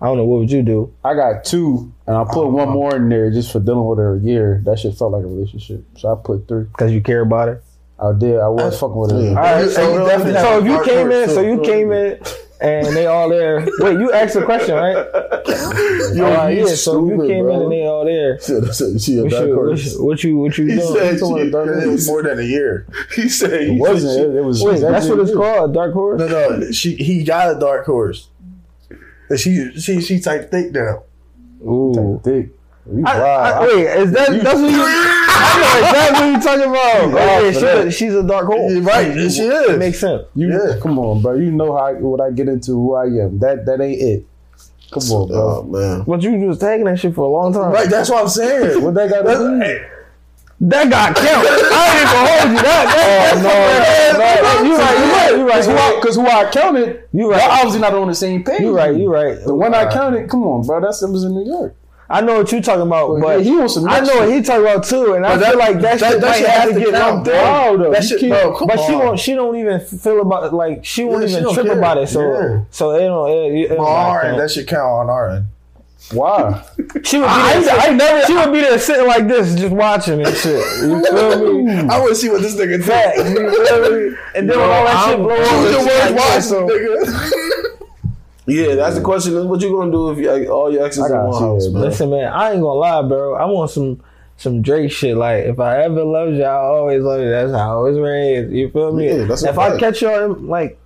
Speaker 1: I don't know what would you do.
Speaker 2: I got two, and I put one more in there just for dealing with her a year. That shit felt like a relationship, so I put three.
Speaker 1: Cause you care about her.
Speaker 2: I did. I was fucking with her.
Speaker 3: Yeah.
Speaker 1: All right.
Speaker 4: you- and you
Speaker 1: So,
Speaker 4: definitely
Speaker 1: so
Speaker 4: have
Speaker 1: if you
Speaker 4: hard
Speaker 1: came
Speaker 4: work,
Speaker 1: in, so
Speaker 4: too.
Speaker 1: you came in, and they all there. Wait, you asked a question, right?
Speaker 3: Yo,
Speaker 1: All right, yeah.
Speaker 3: you
Speaker 1: So if you
Speaker 3: stupid,
Speaker 1: came in
Speaker 3: bro.
Speaker 1: and they all there.
Speaker 3: She a
Speaker 1: What
Speaker 3: dark
Speaker 1: you, what,
Speaker 3: horse.
Speaker 1: you, what you what you
Speaker 3: He
Speaker 1: doing?
Speaker 3: said
Speaker 2: talking
Speaker 3: she a
Speaker 2: about
Speaker 3: dark
Speaker 2: dark
Speaker 3: horse.
Speaker 4: It's more than a year.
Speaker 3: He said
Speaker 2: It wasn't. It, it was.
Speaker 1: Wait,
Speaker 2: exactly
Speaker 1: that's what it's
Speaker 2: it.
Speaker 1: called, dark horse.
Speaker 4: No, no. She he got a dark horse. And she she she type thick now.
Speaker 1: Ooh.
Speaker 2: Dick. You
Speaker 1: I-
Speaker 2: wild.
Speaker 1: I- wait, is that that's what you? I know exactly what you're talking about.
Speaker 2: wild
Speaker 1: Oh, yeah,
Speaker 2: for
Speaker 1: she's,
Speaker 2: that.
Speaker 1: a, she's a dark hole.
Speaker 4: Right. She is.
Speaker 1: It makes sense.
Speaker 2: You
Speaker 4: Yeah.
Speaker 2: come on, bro. You know how I- what I get into, who I am. That that ain't it. Come on, bro.
Speaker 3: Oh man.
Speaker 1: But you was tagging that shit for a long time.
Speaker 4: Right. That's what I'm saying.
Speaker 2: What that got to do?
Speaker 4: Hey,
Speaker 1: That got count. I ain't even hold you. That, that, oh, no, You right.
Speaker 2: Cause
Speaker 1: You
Speaker 2: who,
Speaker 1: right.
Speaker 2: I, Cause who I counted,
Speaker 1: You
Speaker 2: y'all
Speaker 1: right.
Speaker 2: obviously not on the same page.
Speaker 1: You right. You right. You
Speaker 2: The
Speaker 1: right.
Speaker 2: one I counted, come on, bro. That's it was in New York.
Speaker 1: I know what you talking about,
Speaker 2: yeah,
Speaker 1: but
Speaker 2: he on some
Speaker 1: I
Speaker 2: next
Speaker 1: know what
Speaker 2: shit.
Speaker 1: he talking about too, and I
Speaker 4: that-
Speaker 1: feel like that,
Speaker 4: that-
Speaker 1: shit
Speaker 4: that
Speaker 1: might
Speaker 4: shit
Speaker 1: have
Speaker 4: has
Speaker 1: to
Speaker 4: to
Speaker 1: get
Speaker 4: count,
Speaker 1: lumped
Speaker 4: bro.
Speaker 1: in.
Speaker 2: though.
Speaker 4: That
Speaker 2: You
Speaker 4: shit,
Speaker 2: can't-
Speaker 4: bro. Come
Speaker 1: But she
Speaker 4: on.
Speaker 1: won't. She don't even feel about like she won't
Speaker 4: Yeah, she
Speaker 1: even
Speaker 4: don't
Speaker 1: trip
Speaker 4: care.
Speaker 1: about it. So
Speaker 4: Yeah.
Speaker 1: so it don't. It, it, it
Speaker 4: On
Speaker 1: don't
Speaker 4: our
Speaker 1: count.
Speaker 4: end, that should count on our end.
Speaker 2: Why?
Speaker 1: She would be
Speaker 2: I-
Speaker 1: there.
Speaker 2: I-
Speaker 1: sit- she would be there sitting like this, just watching and shit. You feel me?
Speaker 4: I want to see what this nigga
Speaker 1: Fact. You feel me? And then when all that shit
Speaker 2: I'm-
Speaker 1: blow up,
Speaker 4: Who's the
Speaker 1: it's
Speaker 4: worst
Speaker 1: like,
Speaker 4: watch,
Speaker 1: so-
Speaker 4: nigga?
Speaker 3: Yeah, that's the question. Is what you gonna do if you, all your exes
Speaker 2: I
Speaker 3: in
Speaker 2: got
Speaker 3: one
Speaker 2: you,
Speaker 3: house,
Speaker 2: bro.
Speaker 3: man?
Speaker 1: Listen, man, I ain't gonna lie, bro. I want some some Drake shit. Like, if I ever loved you, I always love you. That's how I was raised. You feel me?
Speaker 3: Yeah, that's a
Speaker 1: if I
Speaker 3: fact.
Speaker 1: catch y'all, I'm like,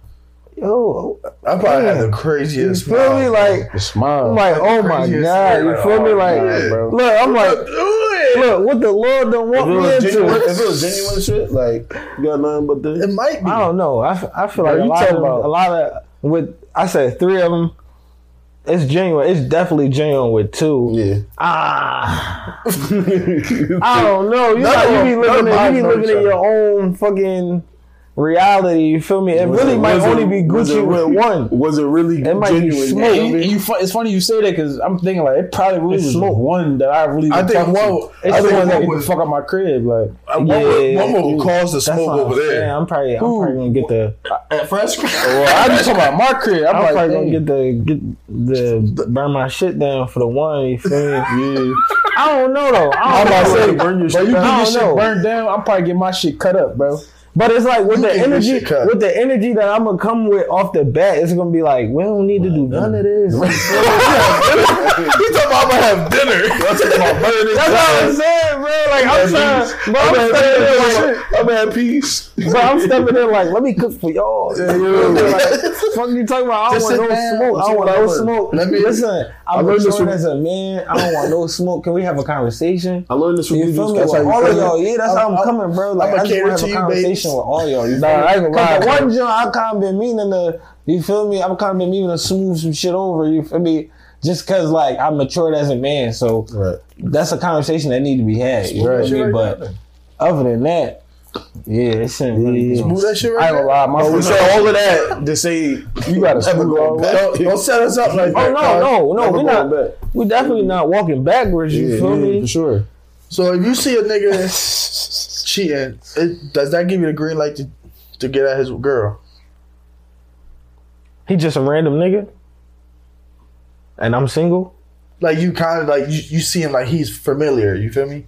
Speaker 1: yo,
Speaker 4: I probably had the
Speaker 1: you
Speaker 4: craziest.
Speaker 1: feel
Speaker 4: smile,
Speaker 1: me?
Speaker 4: bro.
Speaker 1: Like,
Speaker 2: The smile.
Speaker 1: I'm like, oh
Speaker 4: the
Speaker 1: my
Speaker 4: craziest
Speaker 1: god,
Speaker 4: shit,
Speaker 1: you
Speaker 4: like,
Speaker 1: feel me?
Speaker 4: oh,
Speaker 1: Like,
Speaker 2: nah, bro.
Speaker 1: look, I'm like,
Speaker 4: do it.
Speaker 1: look, what the Lord don't want
Speaker 3: If it
Speaker 1: me
Speaker 3: was
Speaker 1: into.
Speaker 3: genuine- if it was genuine shit, like you got nothing but
Speaker 4: It
Speaker 3: this.
Speaker 4: might be.
Speaker 1: I don't know. I, f- I feel
Speaker 2: Bro,
Speaker 1: like a
Speaker 2: you
Speaker 1: lot,
Speaker 2: talking
Speaker 1: of,
Speaker 2: about-
Speaker 1: a lot of with I said three of them. It's genuine. It's definitely genuine with two.
Speaker 3: Yeah.
Speaker 1: Ah, I don't know. You, like, you be
Speaker 4: of- none
Speaker 1: living,
Speaker 4: of
Speaker 1: in,
Speaker 4: mine
Speaker 1: you be
Speaker 4: know each
Speaker 1: living in
Speaker 4: other.
Speaker 1: your own fucking reality. You feel me? It really
Speaker 3: Was
Speaker 1: might
Speaker 3: was
Speaker 1: only be
Speaker 3: was
Speaker 1: Gucci
Speaker 3: it
Speaker 1: with
Speaker 3: really-
Speaker 1: one.
Speaker 3: Was it really
Speaker 1: It might be
Speaker 3: genuine?
Speaker 1: smoke.
Speaker 3: You know what I
Speaker 2: And you,
Speaker 3: mean?
Speaker 2: and you fu- it's funny you say that because I'm thinking like it probably really
Speaker 1: It's
Speaker 2: was
Speaker 1: smoke.
Speaker 2: one that I really.
Speaker 4: I
Speaker 2: was
Speaker 4: think
Speaker 2: talking to.
Speaker 4: one-
Speaker 2: It's
Speaker 4: I
Speaker 2: the
Speaker 4: think
Speaker 2: one
Speaker 4: one
Speaker 2: that
Speaker 4: was-
Speaker 2: was fuck up my crib. Like
Speaker 4: Uh, One would,
Speaker 1: Yeah,
Speaker 4: one would cause the
Speaker 1: That's
Speaker 4: smoke
Speaker 1: what I'm
Speaker 4: over
Speaker 1: saying.
Speaker 4: there.
Speaker 1: I'm probably, I'm
Speaker 2: Who?
Speaker 1: probably gonna get the,
Speaker 3: At first,
Speaker 2: well, I'm just talking about my crib. I'm,
Speaker 1: I'm
Speaker 2: like,
Speaker 1: probably gonna
Speaker 2: dang.
Speaker 1: get the, get the, burn my shit down for the one. You feel me?
Speaker 2: Yeah.
Speaker 1: I don't know though. I don't
Speaker 2: I'm about
Speaker 1: know.
Speaker 2: to say,
Speaker 3: Burn
Speaker 2: bro,
Speaker 3: your shit
Speaker 2: you
Speaker 1: down.
Speaker 2: get
Speaker 1: I
Speaker 2: your
Speaker 1: don't know.
Speaker 2: shit burned down. I'm probably get my shit cut up, bro.
Speaker 1: But it's like with the
Speaker 4: You can
Speaker 1: energy,
Speaker 4: miss your cut.
Speaker 1: with the energy that I'm gonna come with off the bat, it's gonna be like we don't need to do none of this.
Speaker 3: You talking about I'm gonna have dinner? I'm talking about burning.
Speaker 1: That's what I'm saying, bro. Like I'm trying, bro. I'm stepping in like,
Speaker 3: I'm at peace.
Speaker 1: bro, I'm stepping in like, let me cook for y'all.
Speaker 3: you know what I mean?
Speaker 1: Like, fuck you talking about? I don't
Speaker 2: Just
Speaker 1: want
Speaker 2: sit
Speaker 1: no
Speaker 2: down,
Speaker 1: smoke. I
Speaker 2: see
Speaker 1: don't want
Speaker 2: what
Speaker 1: no
Speaker 2: I want.
Speaker 1: smoke.
Speaker 3: Let me-
Speaker 1: listen. I'm
Speaker 3: learned this
Speaker 1: maturing
Speaker 3: from-
Speaker 1: as a man. I don't want no smoke. Can we have a conversation?
Speaker 3: I learned this from
Speaker 1: You feel me?
Speaker 3: That's
Speaker 1: With
Speaker 3: how you
Speaker 1: all
Speaker 3: feel.
Speaker 1: of y'all, yeah, that's how I'm,
Speaker 4: I'm-
Speaker 1: coming, bro. Like
Speaker 4: I'ma
Speaker 1: i just
Speaker 4: cater
Speaker 1: want to
Speaker 4: to
Speaker 1: have a
Speaker 4: you,
Speaker 1: conversation
Speaker 4: babes.
Speaker 1: with all y'all. You
Speaker 2: Nah,
Speaker 1: feel me?
Speaker 2: I ain't gonna
Speaker 1: 'Cause
Speaker 2: lie,
Speaker 1: the
Speaker 2: bro.
Speaker 1: one joint I kind of been meaning to, you feel me? I'm kind of been meaning to smooth some shit over. You feel me? Just cause like I'm matured as a man, so
Speaker 3: Right.
Speaker 1: that's a conversation that need to be had. You
Speaker 2: Right.
Speaker 1: feel me? But other than that, yeah, it shouldn't really.
Speaker 4: Move that shit
Speaker 2: I
Speaker 4: right
Speaker 2: ain't gonna lie,
Speaker 4: now.
Speaker 2: my
Speaker 3: Oh, we said all of that to say
Speaker 2: you gotta smooth all that.
Speaker 3: Don't, don't set us up like
Speaker 1: Oh
Speaker 3: that. dog.
Speaker 1: no, no, no!
Speaker 3: Never
Speaker 1: We're
Speaker 3: going
Speaker 1: not.
Speaker 3: back.
Speaker 1: We definitely not walking backwards. You
Speaker 3: Yeah,
Speaker 1: feel
Speaker 2: For
Speaker 1: me?
Speaker 2: sure.
Speaker 4: So if you see a nigga cheating, it, does that give you the green light to, to get at his girl?
Speaker 1: He just a random nigga, and I'm single.
Speaker 4: Like you kind of like you, you see him like he's familiar. You feel me?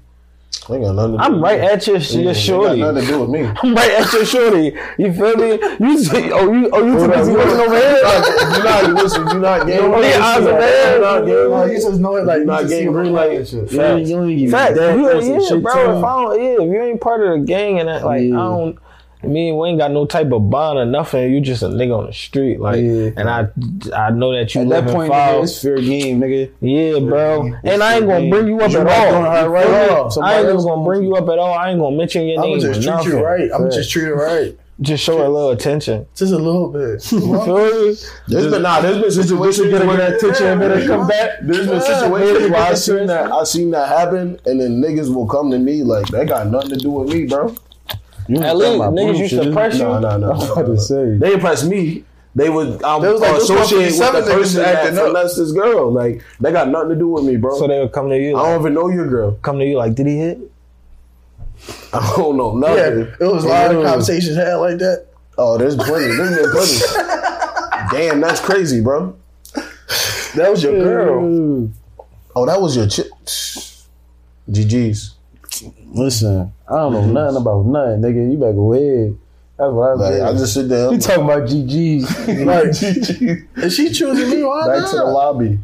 Speaker 3: Ain't got nothing to do
Speaker 1: I'm
Speaker 3: with
Speaker 1: right
Speaker 3: me.
Speaker 1: at your, your shorty.
Speaker 3: Ain't got nothing to do with me.
Speaker 1: I'm right at your shorty. You feel me? You see, oh you oh you too busy looking over
Speaker 3: You
Speaker 1: here.
Speaker 3: not- you not listen. You not game.
Speaker 1: don't need eyes over there.
Speaker 3: You not game.
Speaker 4: Like, you just know it. Like
Speaker 3: You not
Speaker 4: just see
Speaker 3: game
Speaker 4: him
Speaker 3: green
Speaker 4: like-
Speaker 3: light and shit.
Speaker 2: Facts. You ain't even
Speaker 1: Facts.
Speaker 2: that
Speaker 1: You-
Speaker 2: close to
Speaker 1: yeah,
Speaker 2: shit,
Speaker 1: bro.
Speaker 2: too.
Speaker 1: If I don't, yeah, if you ain't part of the gang and that, like I don't. I mean, we ain't got no type of bond or nothing. You just a nigga on the street, like,
Speaker 2: Yeah.
Speaker 1: and I, I know that you
Speaker 2: At
Speaker 1: live
Speaker 2: that
Speaker 1: in
Speaker 2: point,
Speaker 1: foul.
Speaker 2: nigga, it's fair game, nigga.
Speaker 1: Yeah, bro. And I ain't gonna
Speaker 2: game.
Speaker 1: bring you up
Speaker 2: You
Speaker 1: at
Speaker 2: not
Speaker 1: all.
Speaker 2: doing her
Speaker 1: You
Speaker 2: right
Speaker 1: feel me?
Speaker 2: at all.
Speaker 1: I
Speaker 2: Somebody
Speaker 1: ain't even
Speaker 2: else
Speaker 1: gonna bring you up at all. I ain't gonna mention your
Speaker 4: I'm
Speaker 1: name.
Speaker 4: gonna just
Speaker 1: or
Speaker 4: treat
Speaker 1: nothing.
Speaker 4: you right. I'm gonna just treat it right.
Speaker 1: Just show her a little attention.
Speaker 4: Just a little bit.
Speaker 1: You feel me?
Speaker 3: There's been nah. There's been situations
Speaker 2: Better
Speaker 3: where
Speaker 2: get that picture and better come back.
Speaker 3: There's been situations where I seen that I seen that happen, and then niggas will come to me like that got nothing to do with me, bro.
Speaker 2: You
Speaker 1: At least niggas used to press
Speaker 3: No,
Speaker 1: you.
Speaker 3: no, no.
Speaker 2: I was about to say.
Speaker 3: They impressed me. They would um,
Speaker 4: They was like, those
Speaker 3: associate with
Speaker 4: 157
Speaker 3: the
Speaker 4: niggas
Speaker 3: person that
Speaker 4: acting up.
Speaker 3: finessed this girl. Like they got nothing to do with me, bro.
Speaker 1: So they would come to you.
Speaker 3: I
Speaker 1: Like,
Speaker 3: don't even know your girl.
Speaker 1: come to you like, did he hit?
Speaker 3: I don't know
Speaker 4: Yeah,
Speaker 3: nothing.
Speaker 4: it was a lot of
Speaker 3: Yeah.
Speaker 4: conversations had like that.
Speaker 3: Oh, there's plenty. There's been plenty. Damn, that's crazy, bro.
Speaker 4: That was your girl.
Speaker 2: Girl.
Speaker 3: Oh, that was your chip. GG's.
Speaker 2: Listen, I don't know nothing about nothing, nigga. You better go ahead. That's what I was
Speaker 3: Like I just sit there.
Speaker 2: You talking about GGs.
Speaker 4: Like,
Speaker 3: GG's.
Speaker 4: if she choosing me, why
Speaker 3: Back to the
Speaker 4: not?
Speaker 3: lobby.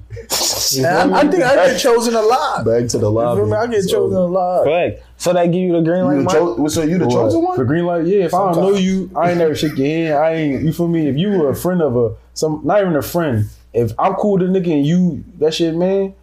Speaker 4: And I, I think I get chosen a lot.
Speaker 3: Back to the lobby.
Speaker 4: Remember, I get chosen a lot.
Speaker 1: Correct. So that give you the green light.
Speaker 3: You the
Speaker 1: Mike?
Speaker 3: cho- so you the chosen
Speaker 2: The
Speaker 3: one?
Speaker 2: green light, yeah. If I don't know you, I ain't never shake your hand. I ain't you feel me? If you were a friend of a some not even a friend, if I'm cool with a nigga and you that shit man,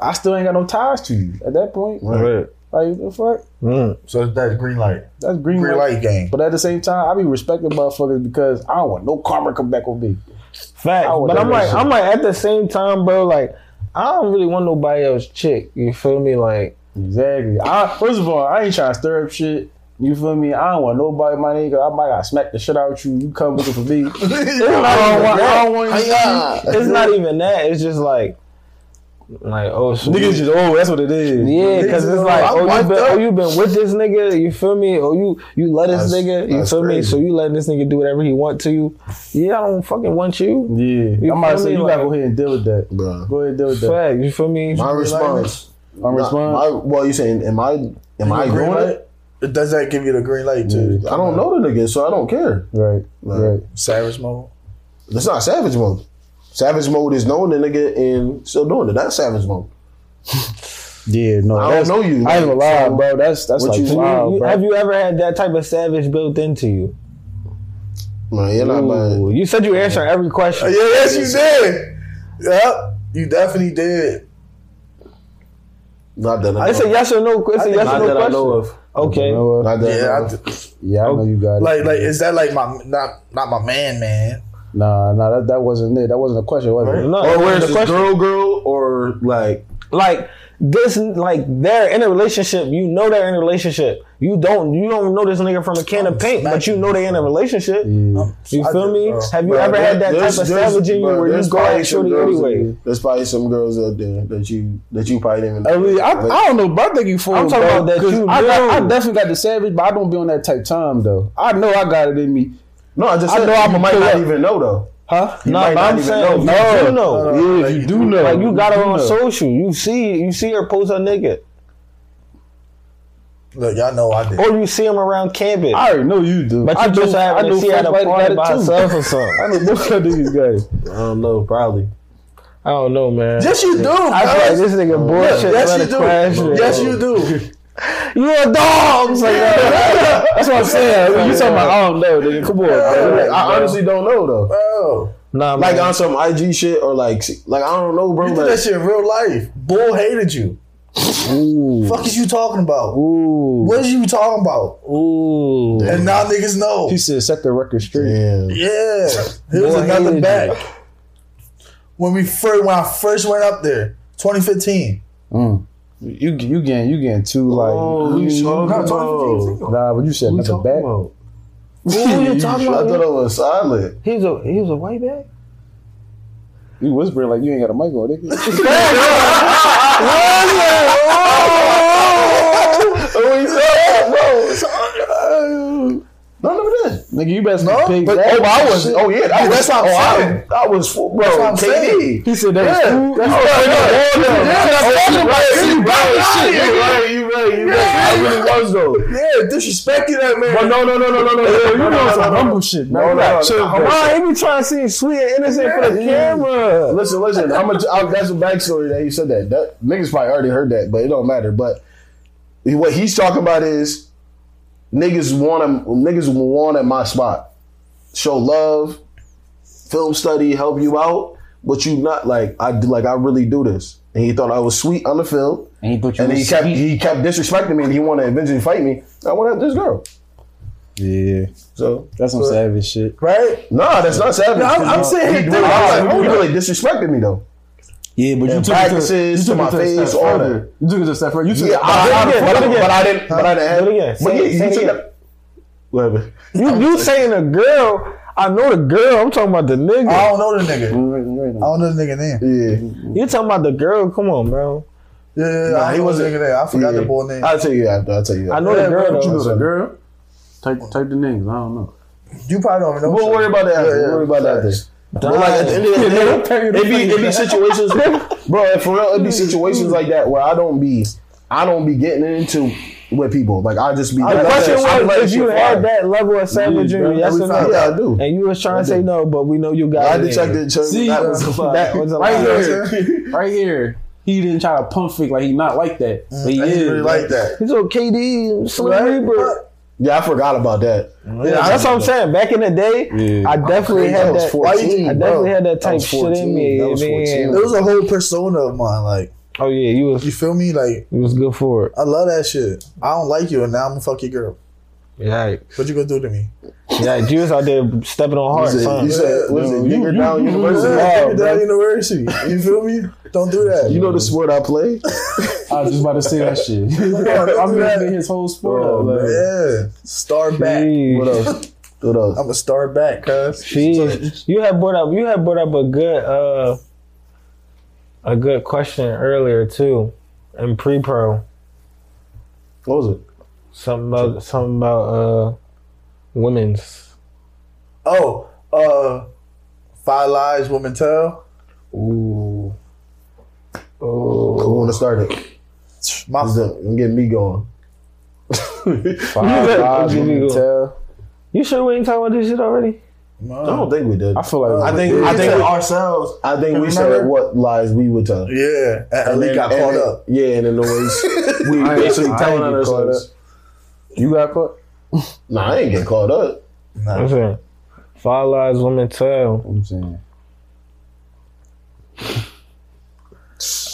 Speaker 2: I still ain't got no ties to you at that point.
Speaker 3: Right.
Speaker 2: Like the fuck?
Speaker 1: Mm.
Speaker 4: So that's green light.
Speaker 2: That's green,
Speaker 4: Green
Speaker 2: light.
Speaker 4: light game.
Speaker 2: But at the same time, I be respecting motherfuckers because I don't want no karma come back on me.
Speaker 1: Facts.
Speaker 2: I would
Speaker 1: But I'm
Speaker 2: never
Speaker 1: like,
Speaker 2: shit.
Speaker 1: I'm like, at the same time, bro. Like, I don't really want nobody else chick. You feel me? Like,
Speaker 2: Exactly. I first of all, I ain't trying to stir up shit. You feel me? I don't want nobody in my nigga. I might got smack the shit out of you. You come looking for me.
Speaker 1: it's not, even that.
Speaker 2: I don't want you.
Speaker 1: it's not even that. It's just like, like, oh, so
Speaker 2: Niggas just oh, that's what it is.
Speaker 1: Yeah,
Speaker 4: Niggas
Speaker 1: because
Speaker 4: is
Speaker 1: it's
Speaker 4: like,
Speaker 1: like,
Speaker 4: I'm
Speaker 1: oh, you
Speaker 4: wiped
Speaker 1: been, oh,
Speaker 4: up.
Speaker 1: you been with this nigga, you feel me? Oh, you you let this
Speaker 3: That's-
Speaker 1: nigga, you
Speaker 3: that's
Speaker 1: feel me?
Speaker 3: crazy.
Speaker 1: So you letting this nigga do whatever he want to you? Yeah, I don't fucking want you.
Speaker 2: Yeah. I might
Speaker 1: feel
Speaker 2: say
Speaker 1: me?
Speaker 2: you
Speaker 1: Like-
Speaker 2: gotta go ahead and deal with that.
Speaker 3: Bruh.
Speaker 2: Go ahead and deal with that.
Speaker 1: Fact, you feel me?
Speaker 3: My response.
Speaker 2: I'm
Speaker 3: Nah,
Speaker 2: responding.
Speaker 3: My, well, you saying am I am I
Speaker 4: green
Speaker 3: doing
Speaker 4: light?
Speaker 3: it?
Speaker 4: Does that give you the green light too?
Speaker 3: I don't know the nigga, so I don't care.
Speaker 2: Right. Right.
Speaker 4: Savage mode.
Speaker 3: That's not savage mode. Savage mode is knowing the nigga and still doing it. That's savage mode.
Speaker 2: Yeah. No.
Speaker 3: I don't
Speaker 2: that's-
Speaker 3: know you.
Speaker 2: I ain't gonna lie,
Speaker 3: So,
Speaker 2: bro. That's that's
Speaker 3: what
Speaker 2: like
Speaker 3: you-
Speaker 1: You-
Speaker 2: wild,
Speaker 1: you-
Speaker 2: bro.
Speaker 1: have you ever had that type of savage built into you?
Speaker 3: No, you're not
Speaker 1: Ooh,
Speaker 3: bad.
Speaker 1: you said you answer every
Speaker 4: Yeah,
Speaker 1: question.
Speaker 4: yes, you did. Yep, you definitely did.
Speaker 3: Not that I know.
Speaker 1: It's a yes or no. It's a yes
Speaker 3: not
Speaker 1: or no
Speaker 3: that I
Speaker 1: question.
Speaker 3: know of.
Speaker 1: Okay.
Speaker 2: You know what?
Speaker 3: Not that I
Speaker 4: Yeah,
Speaker 3: know
Speaker 4: I
Speaker 3: of.
Speaker 4: th-
Speaker 2: uh, yeah, I know you got it.
Speaker 4: like like is that like my not not my man man?
Speaker 2: nah, nah, that, that wasn't it. That wasn't a question, was it?
Speaker 1: No,
Speaker 3: Or where's
Speaker 1: the
Speaker 3: this girl, girl, or like
Speaker 1: like this like they're in a relationship you know they're in a relationship you don't you don't know this nigga from a can of paint but you know they in a relationship
Speaker 2: Yeah.
Speaker 1: you feel
Speaker 4: I-
Speaker 1: me
Speaker 4: bro.
Speaker 1: have you
Speaker 3: Bro,
Speaker 1: ever had that
Speaker 3: there-
Speaker 1: type of
Speaker 3: there's- there's-
Speaker 1: savage in you
Speaker 3: bro,
Speaker 1: where
Speaker 3: there's
Speaker 1: you go
Speaker 3: probably
Speaker 1: at
Speaker 3: some
Speaker 1: shorty
Speaker 3: girls out
Speaker 1: anyway
Speaker 3: there- There's probably some girls out there that you that you probably didn't.
Speaker 2: I,
Speaker 3: Even
Speaker 2: mean, I, I don't know, but I think you fool.
Speaker 1: I'm talking
Speaker 2: bro,
Speaker 1: about that
Speaker 2: 'cause
Speaker 1: you
Speaker 2: I, got, I
Speaker 1: know.
Speaker 2: definitely got the savage, but I don't be on that type time though. I know I got it in me,
Speaker 3: no, I just
Speaker 2: I
Speaker 3: said,
Speaker 2: know
Speaker 3: you
Speaker 2: I'm a
Speaker 3: might
Speaker 2: pull
Speaker 3: not
Speaker 2: up.
Speaker 3: even know though.
Speaker 2: huh?
Speaker 3: You
Speaker 1: No,
Speaker 3: might
Speaker 1: but
Speaker 3: not
Speaker 1: I'm
Speaker 3: even
Speaker 1: saying
Speaker 3: know.
Speaker 1: you
Speaker 2: No.
Speaker 1: do know.
Speaker 2: yeah,
Speaker 4: like,
Speaker 2: you,
Speaker 4: you
Speaker 2: do know.
Speaker 1: Like you got
Speaker 2: do
Speaker 1: her on
Speaker 2: know.
Speaker 1: social. You see, you see her post her nigga.
Speaker 4: Look, y'all know I did.
Speaker 1: Or you see him around campus.
Speaker 2: I already know you do.
Speaker 1: but
Speaker 2: I
Speaker 1: you just
Speaker 2: know-
Speaker 1: haven't
Speaker 2: know
Speaker 1: seen at a
Speaker 2: folks like
Speaker 1: party
Speaker 2: that,
Speaker 1: by
Speaker 2: too.
Speaker 1: herself or something.
Speaker 2: I know both of these guys.
Speaker 3: I don't know, probably.
Speaker 1: I don't know, man.
Speaker 4: Yes, you do.
Speaker 1: I
Speaker 4: cuz.
Speaker 1: feel like this nigga bullshit.
Speaker 4: yes,
Speaker 1: let
Speaker 4: you
Speaker 1: it
Speaker 4: do.
Speaker 1: crash.
Speaker 4: Yes, you do.
Speaker 1: You a dog. It's like, yeah.
Speaker 2: That's what I'm saying. When you talking about? I don't know, nigga. Come on,
Speaker 3: I
Speaker 2: bro.
Speaker 3: honestly don't know though.
Speaker 4: Bro,
Speaker 1: Nah,
Speaker 3: Like
Speaker 1: man.
Speaker 3: on some IG shit or like like I don't know, bro.
Speaker 4: you did
Speaker 3: like-
Speaker 4: that shit in real life. Bull hated you.
Speaker 2: Ooh,
Speaker 4: Fuck is you talking about?
Speaker 2: ooh,
Speaker 4: What is you talking about?
Speaker 1: uh, Ooh.
Speaker 4: And now niggas know.
Speaker 2: He said, "Set the record straight."
Speaker 3: Damn.
Speaker 4: Yeah, here's
Speaker 1: Boy,
Speaker 4: another
Speaker 1: hated
Speaker 4: back. When we first, when I first went up there, 2015.
Speaker 2: Mm. You you getting you getting too like
Speaker 3: Oh, you talking
Speaker 4: No, 2015.
Speaker 3: about?
Speaker 2: nah, but you said
Speaker 3: Who you
Speaker 2: nothing
Speaker 3: talking
Speaker 2: back.
Speaker 3: about?
Speaker 1: Who you
Speaker 3: I
Speaker 1: talking
Speaker 3: thought
Speaker 1: about?
Speaker 3: it was solid.
Speaker 1: He's a he's a white bag.
Speaker 2: You whispering like you ain't got a mic on, nigga.
Speaker 3: None of this.
Speaker 2: nigga, you best no, pig
Speaker 3: But,
Speaker 2: that.
Speaker 3: oh, but I was. Oh yeah, that was,
Speaker 4: that's what I'm
Speaker 3: oh, I-
Speaker 4: saying.
Speaker 3: I, was full, bro.
Speaker 4: what I'm
Speaker 3: KD.
Speaker 4: saying.
Speaker 2: He said that was
Speaker 3: Yeah.
Speaker 2: cool.
Speaker 3: That's what I'm saying. You right, you right, you right, you right. I really was though.
Speaker 4: Yeah, disrespecting that man.
Speaker 3: But no, no, no, no, no, no. no,
Speaker 2: You
Speaker 3: no,
Speaker 2: doing
Speaker 3: no, no,
Speaker 2: some
Speaker 3: no,
Speaker 2: humble
Speaker 3: no.
Speaker 2: shit,
Speaker 3: No,
Speaker 2: man.
Speaker 3: no, no.
Speaker 2: Chill,
Speaker 3: Come
Speaker 2: bro.
Speaker 3: on.
Speaker 1: Why he be trying to seem sweet and innocent for the camera?
Speaker 3: Listen, listen. I'm gonna. I'll- That's a backstory that you said that. that. Niggas probably already heard that, but it don't matter. But what he's talking about is niggas want him. Niggas wanted my spot. Show love, film study, help you out, but you not like I do. Like I really do this. And he thought I was sweet on the field,
Speaker 2: And he put you
Speaker 3: and he kept he kept disrespecting me, and he wanted to eventually fight me. I want this girl.
Speaker 2: Yeah,
Speaker 3: So
Speaker 2: that's some savage shit.
Speaker 4: right?
Speaker 3: nah, that's not savage.
Speaker 4: I'm, I'm sitting here
Speaker 3: he,
Speaker 4: thinking,
Speaker 3: really-
Speaker 4: I'm like,
Speaker 3: he
Speaker 4: hold up.
Speaker 3: really disrespected me though.
Speaker 2: Yeah, but you
Speaker 3: took it to- practices, you took to my it to a face, step all further.
Speaker 2: You took it to a step further. You took
Speaker 3: Yeah, I,
Speaker 1: it
Speaker 3: I,
Speaker 1: again,
Speaker 3: but,
Speaker 1: do it
Speaker 3: I,
Speaker 1: again.
Speaker 3: but I didn't. But I didn't have.
Speaker 1: Do it again.
Speaker 3: But
Speaker 1: Say-
Speaker 3: yeah,
Speaker 1: say
Speaker 3: you
Speaker 1: it
Speaker 3: took
Speaker 1: again.
Speaker 3: that. Whatever.
Speaker 1: You you saying a girl? I know the girl. I'm talking about the
Speaker 4: I
Speaker 1: nigga.
Speaker 4: don't know the nigga. I don't know the nigga name.
Speaker 3: Yeah.
Speaker 1: You talking about the girl? Come on, bro.
Speaker 4: Yeah, yeah, yeah,
Speaker 3: Nah,
Speaker 4: I
Speaker 3: he
Speaker 4: he was the
Speaker 3: wasn't-
Speaker 4: nigga name. I forgot
Speaker 3: yeah.
Speaker 4: the boy name.
Speaker 3: I'll tell you after. I'll tell you.
Speaker 1: I
Speaker 3: After.
Speaker 1: know the
Speaker 4: Yeah, bro,
Speaker 1: girl.
Speaker 4: but you
Speaker 1: though.
Speaker 3: know the
Speaker 2: girl. Type type the names. I don't know.
Speaker 4: you probably don't even know.
Speaker 3: We'll worry about that. after. We'll worry about that. After. But like at the end of the day, it be it be situations, bro. For real, it be situations like that where I don't be, I don't be getting into with people. Like I just be.
Speaker 1: The
Speaker 3: I let
Speaker 1: question
Speaker 3: that- I let
Speaker 1: was if
Speaker 3: shit
Speaker 1: you
Speaker 3: fly.
Speaker 1: had that level of savagery,
Speaker 2: bro.
Speaker 1: yes or no?
Speaker 3: Yeah, I do.
Speaker 1: And you was trying to say no, but we know you got
Speaker 3: I
Speaker 1: it.
Speaker 3: detected.
Speaker 2: See,
Speaker 3: that was a
Speaker 1: in. That
Speaker 3: fly.
Speaker 1: was a
Speaker 2: Right
Speaker 1: lie.
Speaker 2: here, right here. He didn't try to pump fake like he not like that. But he
Speaker 4: I
Speaker 2: is
Speaker 4: didn't really like that.
Speaker 1: He's on KD, Slim
Speaker 4: Right?
Speaker 1: Reaper.
Speaker 3: Yeah, I forgot about that.
Speaker 1: Yeah, that's what I'm saying. Back in the day,
Speaker 2: Yeah.
Speaker 1: I definitely
Speaker 3: I
Speaker 1: had
Speaker 3: was
Speaker 1: that.
Speaker 3: 14,
Speaker 1: I
Speaker 3: bro.
Speaker 1: definitely had that
Speaker 3: I
Speaker 1: type
Speaker 3: was
Speaker 1: shit in
Speaker 3: 14.
Speaker 1: me.
Speaker 3: That was
Speaker 1: man.
Speaker 3: 14.
Speaker 4: There was a whole persona of mine. Like,
Speaker 1: Oh yeah, you was
Speaker 4: you feel me? Like,
Speaker 1: you was good for it.
Speaker 4: I love that shit. I don't like you, and now I'm gonna fuck your girl.
Speaker 1: Yeah,
Speaker 4: What you gonna do to me?
Speaker 1: yeah, you was out there stepping on
Speaker 3: You
Speaker 1: hard.
Speaker 3: said,
Speaker 1: son.
Speaker 3: you said, what is it? Nigger down university.
Speaker 1: wild,
Speaker 4: Yeah, take it
Speaker 1: bro.
Speaker 4: down university. You feel me? Don't do that.
Speaker 3: You know the sport I play?
Speaker 2: I was just about to say that shit.
Speaker 4: I'm
Speaker 2: I'm
Speaker 4: mad.
Speaker 2: making his whole sport
Speaker 3: Oh,
Speaker 2: up. Like,
Speaker 4: yeah, star back.
Speaker 1: Jeez.
Speaker 3: What else? What else?
Speaker 4: I'm a star back, cuz.
Speaker 1: Jeez. You had brought up you had brought up a good uh a good question earlier too in pre pro.
Speaker 3: What was it?
Speaker 1: Something about something about uh women's.
Speaker 4: Oh, uh, five lies, woman tell.
Speaker 1: Ooh.
Speaker 3: Who
Speaker 1: Oh,
Speaker 3: want to start it?
Speaker 4: My
Speaker 3: What's up? I'm getting me going.
Speaker 2: five
Speaker 1: said-
Speaker 2: lives,
Speaker 1: you
Speaker 2: women
Speaker 1: go.
Speaker 2: tell.
Speaker 1: you sure we ain't talking about this shit already?
Speaker 4: No.
Speaker 3: I don't think we did.
Speaker 2: I feel like
Speaker 3: I think I think we,
Speaker 4: ourselves.
Speaker 3: I think we
Speaker 4: Remember?
Speaker 3: said what lies we would tell.
Speaker 4: Yeah, and Ali got
Speaker 3: and
Speaker 4: caught
Speaker 3: then-
Speaker 4: up.
Speaker 3: Yeah, and then the ways we
Speaker 2: I ain't-
Speaker 3: basically
Speaker 2: I ain't
Speaker 3: telling
Speaker 2: get
Speaker 3: ourselves.
Speaker 2: you got caught.
Speaker 3: Nah, I ain't get caught up.
Speaker 1: I'm saying, five lives, women tell.
Speaker 2: I'm saying.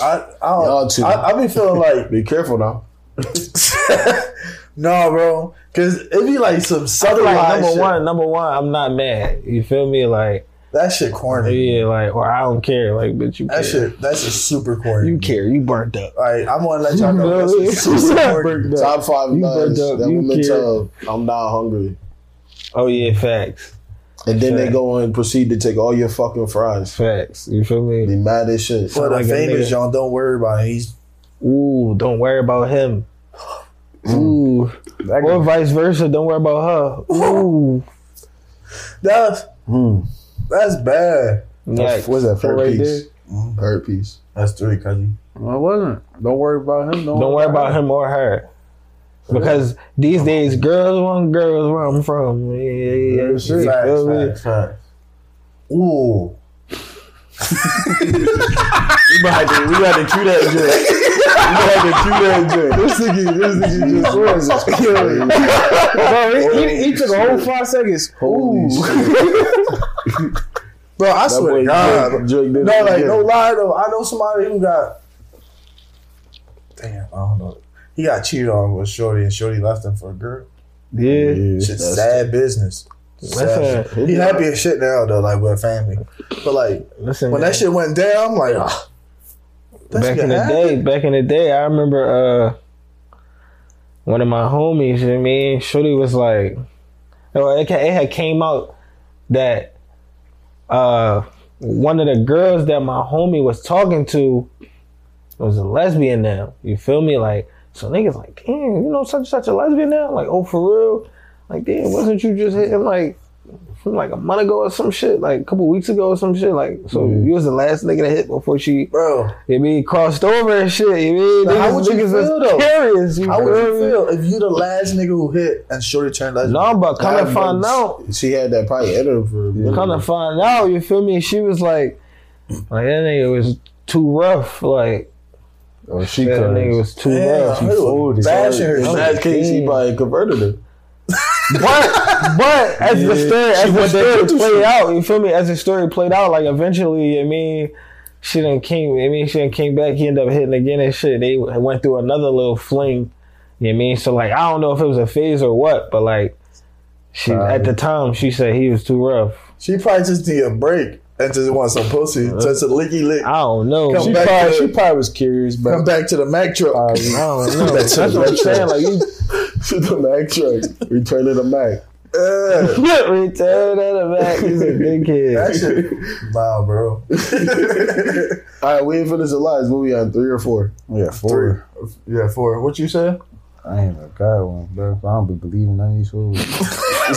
Speaker 4: I, I don't,
Speaker 3: Y'all too.
Speaker 4: I, I be feeling like
Speaker 3: Be careful now.
Speaker 4: no, bro, because it be like some subtle
Speaker 1: Like
Speaker 4: lies
Speaker 1: number
Speaker 4: shit.
Speaker 1: one, number one, I'm not mad. You feel me? Like
Speaker 4: That shit corny.
Speaker 1: yeah, like or I don't care. Like bitch, you care.
Speaker 4: That shit. That shit super corny.
Speaker 1: You care. You burnt up.
Speaker 4: Like I'm gonna let y'all know that shit's super corny.
Speaker 1: Burnt up.
Speaker 3: Top five
Speaker 1: You
Speaker 3: lies
Speaker 1: burnt up.
Speaker 3: that
Speaker 1: You
Speaker 3: women
Speaker 1: kid.
Speaker 3: tell. I'm not hungry,
Speaker 1: Oh yeah, facts,
Speaker 3: and then they
Speaker 1: Fact.
Speaker 3: go and proceed to take all your fucking fries.
Speaker 1: facts. You feel
Speaker 3: Be
Speaker 1: me?
Speaker 3: mad as shit.
Speaker 4: For the
Speaker 1: Like a
Speaker 4: famous
Speaker 1: nigga.
Speaker 4: John, don't worry about it. He's
Speaker 1: Ooh, don't worry about him. Ooh, or vice versa. Don't worry about her. Ooh,
Speaker 4: that's
Speaker 2: Hmm.
Speaker 4: that's bad.
Speaker 1: like
Speaker 2: What's that four
Speaker 3: Third
Speaker 2: right there?
Speaker 3: piece. Third piece.
Speaker 4: That's three, cousin.
Speaker 2: No, it wasn't. Don't worry about him.
Speaker 1: don't worry about him or her. Because these days, girls want girls where I'm from. Yeah, yeah, yeah. You feel me?
Speaker 3: Facts, facts, facts. Ooh.
Speaker 2: We had to, we had to chew that joint. We had to chew that joint.
Speaker 3: This nigga, this nigga just was just killing me.
Speaker 2: Bro,
Speaker 3: he- he took a whole
Speaker 2: five seconds. Holy
Speaker 3: Ooh.
Speaker 2: shit.
Speaker 4: Bro, I
Speaker 2: That
Speaker 4: swear
Speaker 2: boy
Speaker 4: to God.
Speaker 2: Drake- Drake did
Speaker 4: No,
Speaker 2: it
Speaker 4: like
Speaker 2: again.
Speaker 4: no lie though. I know somebody who got damn. I don't know. He got cheated on with Shorty, and Shorty left him for a girl.
Speaker 1: Yeah.
Speaker 4: Shit, sad business. Sad.
Speaker 1: Listen,
Speaker 4: He happy as shit now though, like with family. But like
Speaker 1: listen.
Speaker 4: when that
Speaker 1: man.
Speaker 4: shit went down, I'm like, ah. that
Speaker 1: back
Speaker 4: shit
Speaker 1: in the
Speaker 4: happened.
Speaker 1: day, back in the day, I remember uh one of my homies, you know what I mean, Shorty was like oh, it, ca- it had came out that uh one of the girls that my homie was talking to was a lesbian now. You feel me? Like so niggas like, damn, you know such and such a lesbian now? Like, oh for real? Like, damn, wasn't you just hitting like from like a month ago or some shit, like a couple weeks ago or some shit. Like, so you was the last nigga to hit before she
Speaker 4: Bro,
Speaker 1: you mean crossed over and shit. You mean
Speaker 4: Now,
Speaker 1: niggas,
Speaker 4: how would you
Speaker 1: niggas
Speaker 4: feel,
Speaker 1: was
Speaker 4: though?
Speaker 1: curious. You
Speaker 4: how would
Speaker 1: feel
Speaker 4: you
Speaker 1: me?
Speaker 4: feel if you the last nigga who hit and Shorty turned lesbian?
Speaker 1: No, but come
Speaker 3: That
Speaker 1: to find
Speaker 3: was-
Speaker 1: out,
Speaker 3: She had that probably in her for a minute.
Speaker 1: come to find out, you feel me? She was like, like that nigga was too rough. Like
Speaker 2: Oh, she
Speaker 1: that nigga
Speaker 2: could.
Speaker 1: was too
Speaker 4: Damn,
Speaker 1: rough.
Speaker 4: he was
Speaker 2: fooled
Speaker 4: bashing her.
Speaker 3: In
Speaker 1: Oh,
Speaker 3: that case, he
Speaker 1: damn.
Speaker 3: probably converted her.
Speaker 1: But but as the story as the story played out, you feel me? As the story played out, like eventually, I mean, she done came. I mean, she done came back. He ended up hitting again and shit. They went through another little fling. You know what I mean? So like, I don't know if it was a phase or what, but like, she at the time she said he was too rough.
Speaker 4: She probably just need a break and just want some pussy. Just a licky lick.
Speaker 1: I don't know.
Speaker 4: Come
Speaker 2: She
Speaker 4: back
Speaker 2: probably,
Speaker 4: to-
Speaker 2: she probably was curious, but
Speaker 4: Come back to the Mac truck.
Speaker 1: I don't know. That's, what I'm saying. Like you,
Speaker 3: To the Mac truck. Return to the Mac.
Speaker 4: Yeah.
Speaker 1: return that back. He's a
Speaker 4: That
Speaker 1: dickhead.
Speaker 4: shit. Wow, bro.
Speaker 3: All right, we ain't finished the lies. What we on? Three or four?
Speaker 2: yeah,
Speaker 4: Three.
Speaker 2: four.
Speaker 4: Yeah, four. What you say?
Speaker 2: I ain't a god one, bro. I don't be believing none of these fools,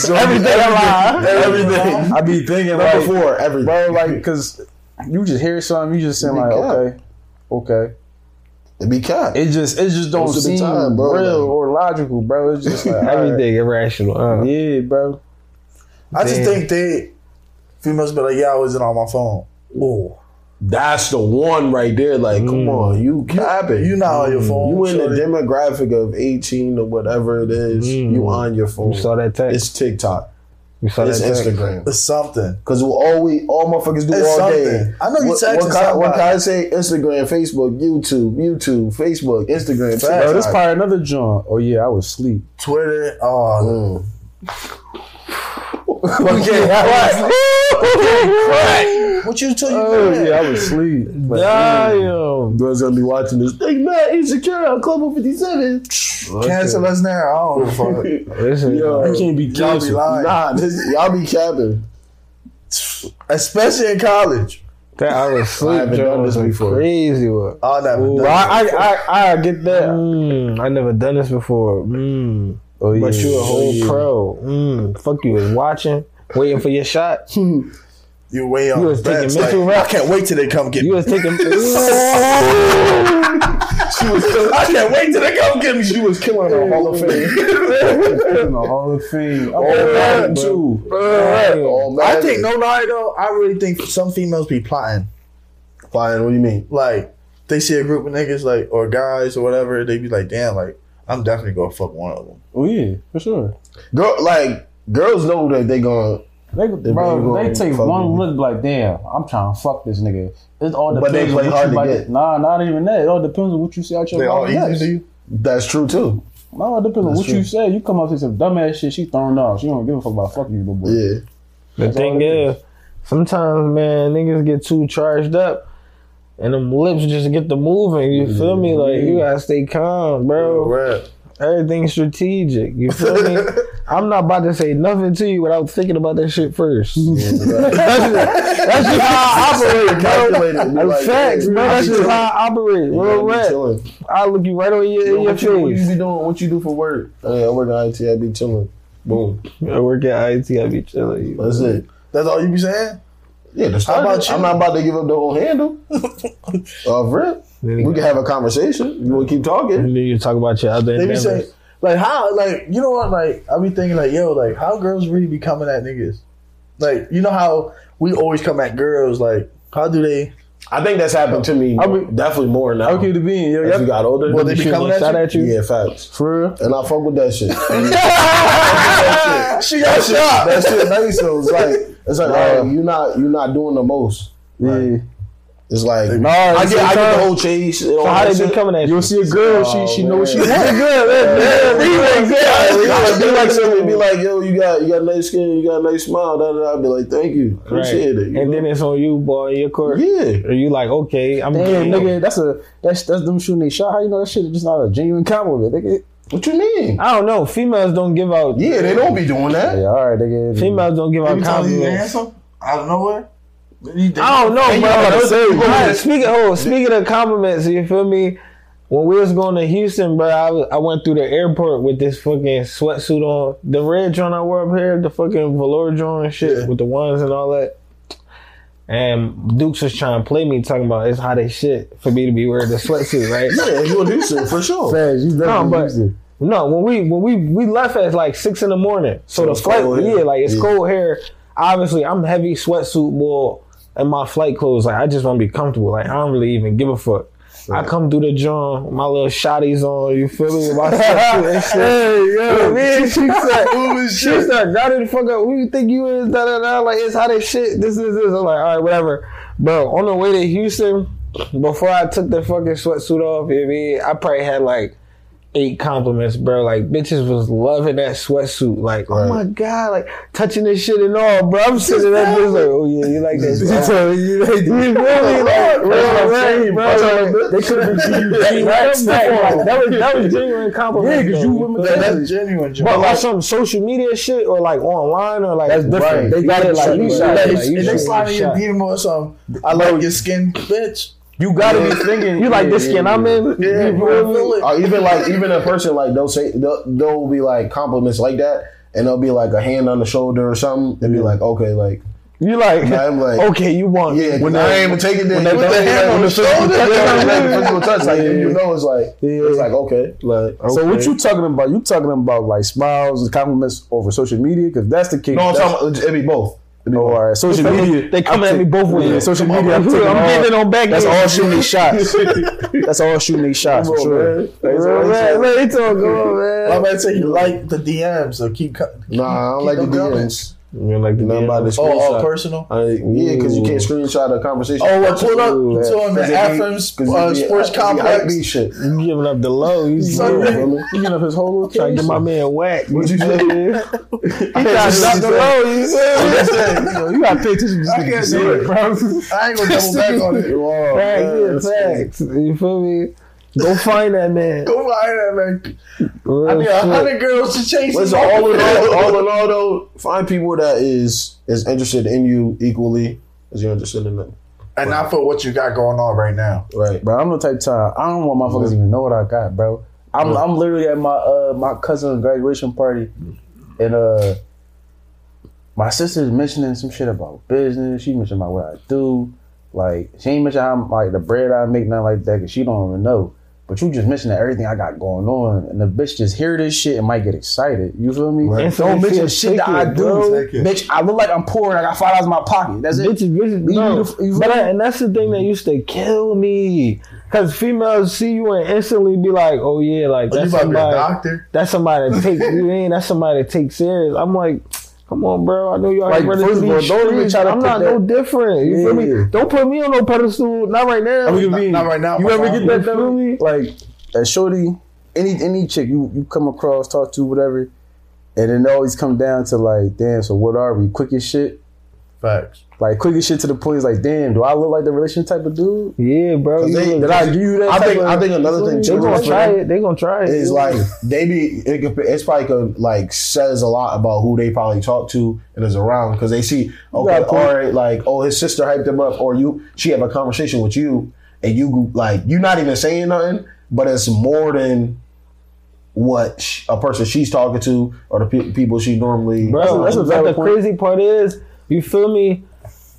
Speaker 1: Everything alive.
Speaker 3: Everything.
Speaker 2: I be thinking
Speaker 3: Number
Speaker 2: like,
Speaker 3: four, everything.
Speaker 2: bro, like, cause you just hear something, you just saying
Speaker 3: Be
Speaker 2: like,
Speaker 3: cap.
Speaker 2: okay, okay.
Speaker 3: it be cap.
Speaker 2: It just, it just don't
Speaker 3: Most of the
Speaker 2: seem
Speaker 3: time, bro,
Speaker 2: real
Speaker 3: like-
Speaker 2: or logical, bro. It's just like
Speaker 1: Everything irrational.
Speaker 2: all
Speaker 1: Uh.
Speaker 2: right. Yeah, bro.
Speaker 4: I just
Speaker 1: Damn.
Speaker 4: think they females be like, yeah, I wasn't on my phone. Ooh.
Speaker 3: That's the one right there. Like, come on, you capping.
Speaker 4: You not on
Speaker 1: Mm.
Speaker 4: your phone.
Speaker 3: You in the
Speaker 4: shorty.
Speaker 3: demographic of 18 or whatever it is.
Speaker 1: Mm.
Speaker 3: You on your phone.
Speaker 1: You saw that text.
Speaker 3: It's TikTok.
Speaker 1: you saw
Speaker 3: It's
Speaker 1: that text.
Speaker 3: Instagram.
Speaker 4: It's something.
Speaker 3: Because all we all motherfuckers do
Speaker 4: It's
Speaker 3: all
Speaker 4: something.
Speaker 3: day.
Speaker 4: I know you
Speaker 3: What-
Speaker 4: texting
Speaker 3: What can what
Speaker 4: somebody.
Speaker 3: can I say? Instagram, Facebook, YouTube, YouTube, Facebook, Instagram, TikTok.
Speaker 2: Bro, this probably another joint. Oh yeah, I was asleep.
Speaker 4: Twitter. Oh,
Speaker 3: Mm.
Speaker 2: okay,
Speaker 1: Mm.
Speaker 4: what you tell you?
Speaker 2: Oh
Speaker 4: man?
Speaker 2: yeah, I was asleep. But,
Speaker 1: Damn.
Speaker 3: Girls gonna be watching this. They not insecure on Club 157.
Speaker 4: Cancel us now. I don't give a fuck.
Speaker 1: Listen,
Speaker 3: Yo,
Speaker 2: you can't be
Speaker 4: Y'all be
Speaker 2: canceled.
Speaker 4: lying.
Speaker 3: Nah, this, y'all be capping.
Speaker 4: Especially in college.
Speaker 1: that I was
Speaker 3: I
Speaker 1: sleep
Speaker 3: haven't done
Speaker 1: Jones
Speaker 3: this
Speaker 1: was
Speaker 3: before.
Speaker 1: crazy one.
Speaker 4: All that.
Speaker 1: Ooh,
Speaker 4: that-
Speaker 1: I, I,
Speaker 2: I, I get
Speaker 1: I, mm, I never done this before. Mm.
Speaker 2: Oh yeah,
Speaker 1: But you a whole
Speaker 2: yeah.
Speaker 1: pro. Mm. Fuck you was watching, waiting for your shot.
Speaker 4: you way on.
Speaker 1: You was taking
Speaker 4: bets,
Speaker 1: mental
Speaker 4: like, I
Speaker 1: reps.
Speaker 4: can't wait till they come get
Speaker 1: You
Speaker 4: me.
Speaker 1: was taking.
Speaker 4: I can't wait till they come get me.
Speaker 3: She was killing her Hall of Fame.
Speaker 2: in the Hall of Fame. Oh,
Speaker 3: Madden,
Speaker 2: bro.
Speaker 3: too.
Speaker 1: Uh, Damn.
Speaker 3: All
Speaker 4: I
Speaker 3: Madden.
Speaker 4: think no lie though. I really think some females be plotting.
Speaker 3: Fine, what do you mean?
Speaker 4: Like they see a group of niggas like or guys or whatever, they be like, damn, like I'm definitely gonna fuck one of them.
Speaker 2: Oh yeah, for sure.
Speaker 3: Girl, like, girls know that they gonna,
Speaker 2: They,
Speaker 3: better
Speaker 2: bro,
Speaker 3: go
Speaker 2: they take
Speaker 3: fuck
Speaker 2: one
Speaker 3: with
Speaker 2: look like, damn, I'm trying to fuck this nigga. It all
Speaker 3: But
Speaker 2: depends
Speaker 3: they play
Speaker 2: on
Speaker 3: hard
Speaker 2: what
Speaker 3: to
Speaker 2: you about
Speaker 3: get.
Speaker 2: Nah, not even that. It all depends on what you say out your
Speaker 4: They all
Speaker 2: mouth.
Speaker 4: easy
Speaker 2: next.
Speaker 4: to you.
Speaker 3: that's true too.
Speaker 2: No, it depends on what
Speaker 3: true.
Speaker 2: you say. You come up with some dumbass shit, she thrown off. She don't give a fuck about fuck you, little boy.
Speaker 3: Yeah.
Speaker 1: The thing is, sometimes man, niggas get too charged up, and them lips just get to moving. You feel me? Like you gotta stay calm, bro.
Speaker 4: Rap.
Speaker 1: Everything's strategic. You feel me? I'm not about to say nothing to you without thinking about that shit first. that's, just, that's just how I operate, bro.
Speaker 3: Calculated.
Speaker 1: That's facts, bro. That's just how I operate. Real rap.
Speaker 3: chilling.
Speaker 1: I look you right on your, in your
Speaker 3: what, you, what you
Speaker 1: face.
Speaker 3: be doing? What you do for work? Hey, I work at IT. I be chilling. Boom.
Speaker 1: I work at IT. I be chilling. You.
Speaker 3: That's it.
Speaker 4: That's all you be saying?
Speaker 3: Yeah, that's
Speaker 4: How about you?
Speaker 3: I'm not about to give up the whole handle. Of rip.
Speaker 1: Then
Speaker 3: We
Speaker 1: you,
Speaker 3: can have a conversation. You want to keep talking?
Speaker 1: then you talk about your other
Speaker 4: They be
Speaker 1: endeavors.
Speaker 4: saying Like how? Like you know what? Like I be thinking like, yo, like how girls really be coming at niggas? Like you know how we always come at girls? Like how do they?
Speaker 3: I think that's happened to me
Speaker 2: I mean-
Speaker 3: definitely more now.
Speaker 2: Okay, to be in. Yo,
Speaker 3: As
Speaker 2: y'all-
Speaker 3: you got older,
Speaker 4: Well, they be
Speaker 2: shooting
Speaker 4: coming
Speaker 2: a
Speaker 4: at
Speaker 2: shot
Speaker 4: you?
Speaker 2: at you.
Speaker 3: yeah, facts.
Speaker 2: For real?
Speaker 3: And I fuck with that shit.
Speaker 4: she got shot.
Speaker 3: that shit nice. So it's like it's like
Speaker 2: Yeah.
Speaker 3: oh, you not you not doing the most.
Speaker 2: Yeah.
Speaker 3: It's like
Speaker 2: Nah,
Speaker 3: I
Speaker 2: it's
Speaker 3: get I get
Speaker 2: sometimes-
Speaker 3: the whole chase. and all
Speaker 1: So how
Speaker 3: that
Speaker 1: they be
Speaker 3: shit.
Speaker 1: coming at you?
Speaker 2: You'll see a girl,
Speaker 3: Oh,
Speaker 2: she she know what she
Speaker 3: man.
Speaker 2: wants.
Speaker 3: It'd be like something. Be like, yo, you got you got nice skin, you got a nice smile. Da, da, da. I'd be like, thank you,
Speaker 1: Right.
Speaker 3: appreciate it.
Speaker 1: And then it's on you, boy, in your court.
Speaker 3: yeah,
Speaker 1: Are you like, okay, I'm
Speaker 2: Damn,
Speaker 1: getting
Speaker 2: nigga, that's a that's that's them shooting they shot. How you know that shit is just not a genuine compliment, nigga?
Speaker 3: what you mean?
Speaker 1: I don't know. Females don't give out.
Speaker 3: Yeah, they don't be doing
Speaker 2: Yeah,
Speaker 3: that.
Speaker 2: all right, nigga.
Speaker 1: Females don't give out compliments.
Speaker 4: handsome out of nowhere. You think-
Speaker 1: I don't know,
Speaker 3: And you about to say,
Speaker 1: bro.
Speaker 3: you gonna
Speaker 1: Right,
Speaker 3: get-
Speaker 1: Speaking, oh, speaking of compliments, you feel me? When we was going to Houston, bro, I, was- I went through the airport with this fucking sweatsuit on, the red joint I wore up here, the fucking velour joint and shit
Speaker 4: Yeah.
Speaker 1: with the ones and all that. And Dukes was trying to play me, talking about it's hot as shit for me to be wearing the sweatsuit, right?
Speaker 3: Yeah, you a decent for sure.
Speaker 2: Fast, you
Speaker 1: No,
Speaker 2: definitely
Speaker 1: but-
Speaker 2: used it.
Speaker 1: No, when we when we we left at like six in the morning, so, the
Speaker 3: it's
Speaker 1: flight
Speaker 3: cold here.
Speaker 1: yeah, like it's
Speaker 3: Yeah.
Speaker 1: cold here. Obviously, I'm heavy sweatsuit boy and my flight clothes. Like I just want to be comfortable. Like I don't really even give a fuck. I come through the joint, my little shotties on. You feel me? My sweatsuit and shit.
Speaker 2: yo,
Speaker 1: Man, she said,
Speaker 4: Moving
Speaker 1: she said, "Got the fuck up. Who you think you is?" Da da da. Like it's hot as shit. This is this. I'm like, all right, whatever, bro. On the way to Houston, before I took the fucking sweatsuit off, you know what I mean? I probably had like eight compliments, bro. Like bitches was loving that sweatsuit. Like, oh my god, like touching this shit and all, bro. I'm sitting there just like, oh yeah, you like that?
Speaker 2: You
Speaker 1: shit.
Speaker 2: tell me you like
Speaker 1: You feel
Speaker 2: that.
Speaker 1: me? Like, real,
Speaker 2: That's what I'm
Speaker 1: right,
Speaker 2: saying,
Speaker 1: bro.
Speaker 2: bro. They could have been you
Speaker 1: Right, right. Like, That was that was genuine compliments.
Speaker 2: Yeah, 'cause you
Speaker 1: though.
Speaker 2: women-
Speaker 1: feel me?
Speaker 4: That's genuine, Joe.
Speaker 1: But like some social media shit or like online or like
Speaker 2: That's different.
Speaker 1: Right.
Speaker 2: They got it like
Speaker 1: Right.
Speaker 2: you
Speaker 1: Right.
Speaker 2: shot.
Speaker 1: Right.
Speaker 2: it,
Speaker 1: Right.
Speaker 2: Like,
Speaker 1: Right.
Speaker 2: you
Speaker 4: if they
Speaker 1: should
Speaker 2: shot.
Speaker 4: slide in your
Speaker 1: shot.
Speaker 4: DM or something, I like your skin, bitch.
Speaker 2: You gotta be thinking.
Speaker 1: You like
Speaker 2: yeah,
Speaker 1: this skin
Speaker 2: yeah,
Speaker 1: I'm
Speaker 2: yeah.
Speaker 1: in?
Speaker 4: Yeah,
Speaker 1: You
Speaker 4: bro,
Speaker 1: feel
Speaker 4: I feel
Speaker 1: me?
Speaker 4: it.
Speaker 3: Or even like even a person like they'll say they'll, they'll be like compliments like that, and they'll be like a hand on the shoulder or something, and be like, okay, like
Speaker 1: You like,
Speaker 3: I'm like,
Speaker 1: okay, you want
Speaker 3: yeah, when I ain't even taking that.
Speaker 2: they
Speaker 3: With
Speaker 2: don't-
Speaker 3: the hand
Speaker 2: when
Speaker 3: on the
Speaker 2: the physical
Speaker 3: shoulder,
Speaker 2: touch-
Speaker 3: yeah,
Speaker 2: Yeah.
Speaker 3: like, physical touch, like
Speaker 2: Yeah.
Speaker 3: you know, it's like it's like okay, like
Speaker 2: So what you talking about? You talking about like smiles and compliments over social media? Because that's the case.
Speaker 3: No, I'm
Speaker 2: that's,
Speaker 3: talking. about- It be both. It be
Speaker 2: Oh,
Speaker 3: both.
Speaker 2: all right. Social media.
Speaker 1: They coming at me both ways.
Speaker 2: Yeah, social
Speaker 1: I'm,
Speaker 2: media. I'm, taking all-
Speaker 1: getting on back.
Speaker 2: That's
Speaker 1: end.
Speaker 2: all shooting these shots. that's all shooting these shots for sure.
Speaker 1: Real man, man, it's all good, man.
Speaker 4: I'm gonna say you like the DM, so keep. co- keep
Speaker 3: Nah, I don't
Speaker 4: keep
Speaker 3: like the
Speaker 4: them coming.
Speaker 3: DMs.
Speaker 1: You like the
Speaker 3: Nothing about the
Speaker 4: Oh,
Speaker 3: screenshot.
Speaker 4: oh, personal.
Speaker 3: I, yeah, because you can't screenshot a conversation.
Speaker 4: Oh, well, pull
Speaker 2: Ooh,
Speaker 4: up
Speaker 2: yeah.
Speaker 4: to him at Afrim's uh, sports complex.
Speaker 3: shit.
Speaker 1: You giving up the low. You
Speaker 4: Son,
Speaker 1: doing it.
Speaker 4: you-
Speaker 2: You giving up his whole
Speaker 1: trying to
Speaker 2: location.
Speaker 1: get my man whacked.
Speaker 3: What'd you say?
Speaker 1: He trying to stop the low. You said.
Speaker 2: Yo, you gotta pay attention to this
Speaker 4: I
Speaker 2: nigga.
Speaker 4: can't
Speaker 2: See
Speaker 4: do
Speaker 2: it,
Speaker 4: it.
Speaker 2: bro.
Speaker 4: I ain't gonna double back on it.
Speaker 2: Wow, man,
Speaker 1: Facts,
Speaker 2: that's
Speaker 1: yeah, facts. You feel me? Go find that man.
Speaker 4: Go find that man.
Speaker 1: Real
Speaker 4: I need a
Speaker 1: shit.
Speaker 4: hundred girls to chase
Speaker 3: Listen,
Speaker 4: him.
Speaker 3: all in all, all in all, though, find people that is is interested in you equally as you're interested in them.
Speaker 4: and not for what you got going on right now.
Speaker 3: Right.
Speaker 2: Bro, I'm the type of time I don't want motherfuckers even know what I got, bro. I'm I'm literally at my uh my cousin's graduation party, and uh my sister's mentioning some shit about business. She mentioned about what I do, like she ain't mentioned how I'm, like the bread I make, nothing like that, cause she don't even know. But you just mentioned everything I got going on, and the bitch just hear this shit and might get excited. You feel me?
Speaker 1: Right.
Speaker 2: Don't mention
Speaker 1: Feel
Speaker 2: shit that I
Speaker 1: taken,
Speaker 2: do,
Speaker 1: bro.
Speaker 2: bitch. I look like I'm poor and I got five dollars in my pocket. That's it.
Speaker 1: Bitches, bitches,
Speaker 2: You
Speaker 1: no.
Speaker 2: need to- you
Speaker 1: but
Speaker 2: really-
Speaker 1: I, and that's the thing that used to kill me, because females see you and instantly be like, "Oh yeah, like
Speaker 4: You
Speaker 1: that's
Speaker 4: about to be a
Speaker 1: somebody,
Speaker 4: doctor?
Speaker 1: that's somebody to take you in, that's somebody to take serious." I'm like, "Come on, bro, I know y'all
Speaker 2: Like,
Speaker 1: running
Speaker 2: first
Speaker 1: through
Speaker 2: of all,
Speaker 1: these
Speaker 2: don't even
Speaker 1: streets.
Speaker 2: try to
Speaker 1: I'm
Speaker 2: put
Speaker 1: not
Speaker 2: that-
Speaker 1: no different. You feel
Speaker 2: Yeah.
Speaker 1: me? Don't put me on no pedestal, not right now.
Speaker 2: I mean,
Speaker 4: Not, not right now.
Speaker 2: You
Speaker 4: my
Speaker 2: ever
Speaker 4: guy.
Speaker 2: get that
Speaker 1: You feel
Speaker 2: though?
Speaker 1: me?
Speaker 2: Like a shorty, any any chick you, you come across, talk to, whatever, and it always come down to like, damn, so what are we? Quick as shit.
Speaker 4: Facts.
Speaker 2: Like quick as shit to the point is like, damn, do I look like the relationship type of dude?
Speaker 1: yeah, bro. You,
Speaker 3: They-
Speaker 1: they,
Speaker 2: Did I give you that?
Speaker 3: I
Speaker 2: type
Speaker 3: think
Speaker 2: of-
Speaker 3: I think another thing
Speaker 1: they
Speaker 3: too
Speaker 1: gonna
Speaker 3: is,
Speaker 1: try it. They gonna try it.
Speaker 3: is like they be it could, it's probably could, like says a lot about who they probably talk to and is around because they see okay
Speaker 2: got a point.
Speaker 3: all right like oh his sister hyped him up or you she have a conversation with you and you like you're not even saying nothing but it's more than what sh- a person she's talking to or the pe- people she normally
Speaker 1: bro.
Speaker 2: That's a- that's a
Speaker 1: but
Speaker 2: valid
Speaker 1: the
Speaker 2: point.
Speaker 1: crazy part is, you feel me?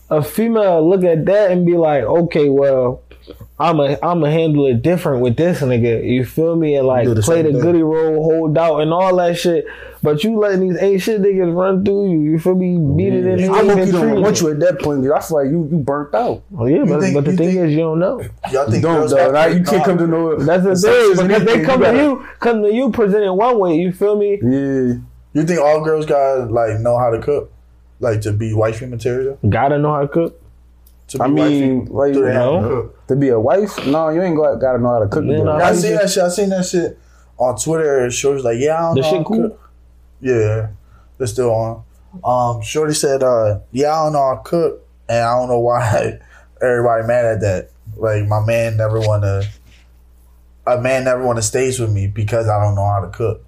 Speaker 1: A female look at that and be like, okay, well, I'm a I'm a handle it different with this nigga. You feel me? And like
Speaker 3: Do the
Speaker 1: play
Speaker 3: same
Speaker 1: the
Speaker 3: thing.
Speaker 1: goody roll, hold out, and all that shit. But you letting these ain't shit niggas run through you. You feel me? Beat it in the
Speaker 2: I
Speaker 1: head
Speaker 2: hope
Speaker 1: and
Speaker 2: you don't
Speaker 1: treat
Speaker 2: want
Speaker 1: it.
Speaker 2: you at that point because I feel like you you burnt out.
Speaker 1: Oh, yeah, but,
Speaker 4: think-
Speaker 1: but the
Speaker 4: you
Speaker 1: thing
Speaker 4: think-
Speaker 1: is, you don't know.
Speaker 4: Y'all think
Speaker 2: Don't
Speaker 4: girls
Speaker 2: though.
Speaker 4: have
Speaker 2: Now, you
Speaker 4: no,
Speaker 2: can't come to no.
Speaker 1: That's the
Speaker 2: That's
Speaker 1: thing. Because
Speaker 2: anything,
Speaker 1: they
Speaker 2: you
Speaker 1: come to
Speaker 2: gotta-
Speaker 1: you, come to you presenting one way. You feel me?
Speaker 2: Yeah.
Speaker 4: You think all girls got like know how to cook, like to be wifey material?
Speaker 1: Gotta know how to cook.
Speaker 4: To be
Speaker 2: I mean, like
Speaker 4: do they have to
Speaker 1: know?
Speaker 4: cook?
Speaker 2: to be a wife, no, you ain't got, gotta know how to cook.
Speaker 1: Man,
Speaker 2: good.
Speaker 1: I-
Speaker 4: I seen that shit. I seen that shit on Twitter. Shorty's like, yeah, I don't
Speaker 2: Uh,
Speaker 1: The
Speaker 4: know.
Speaker 1: shit
Speaker 4: how to
Speaker 1: cool?
Speaker 4: cook. Yeah, they're still on. Um, Shorty said, uh, yeah, I don't know how to cook, and I don't know why everybody mad at that. Like my man never wanna, a man never wanna stays with me because I don't know how to cook.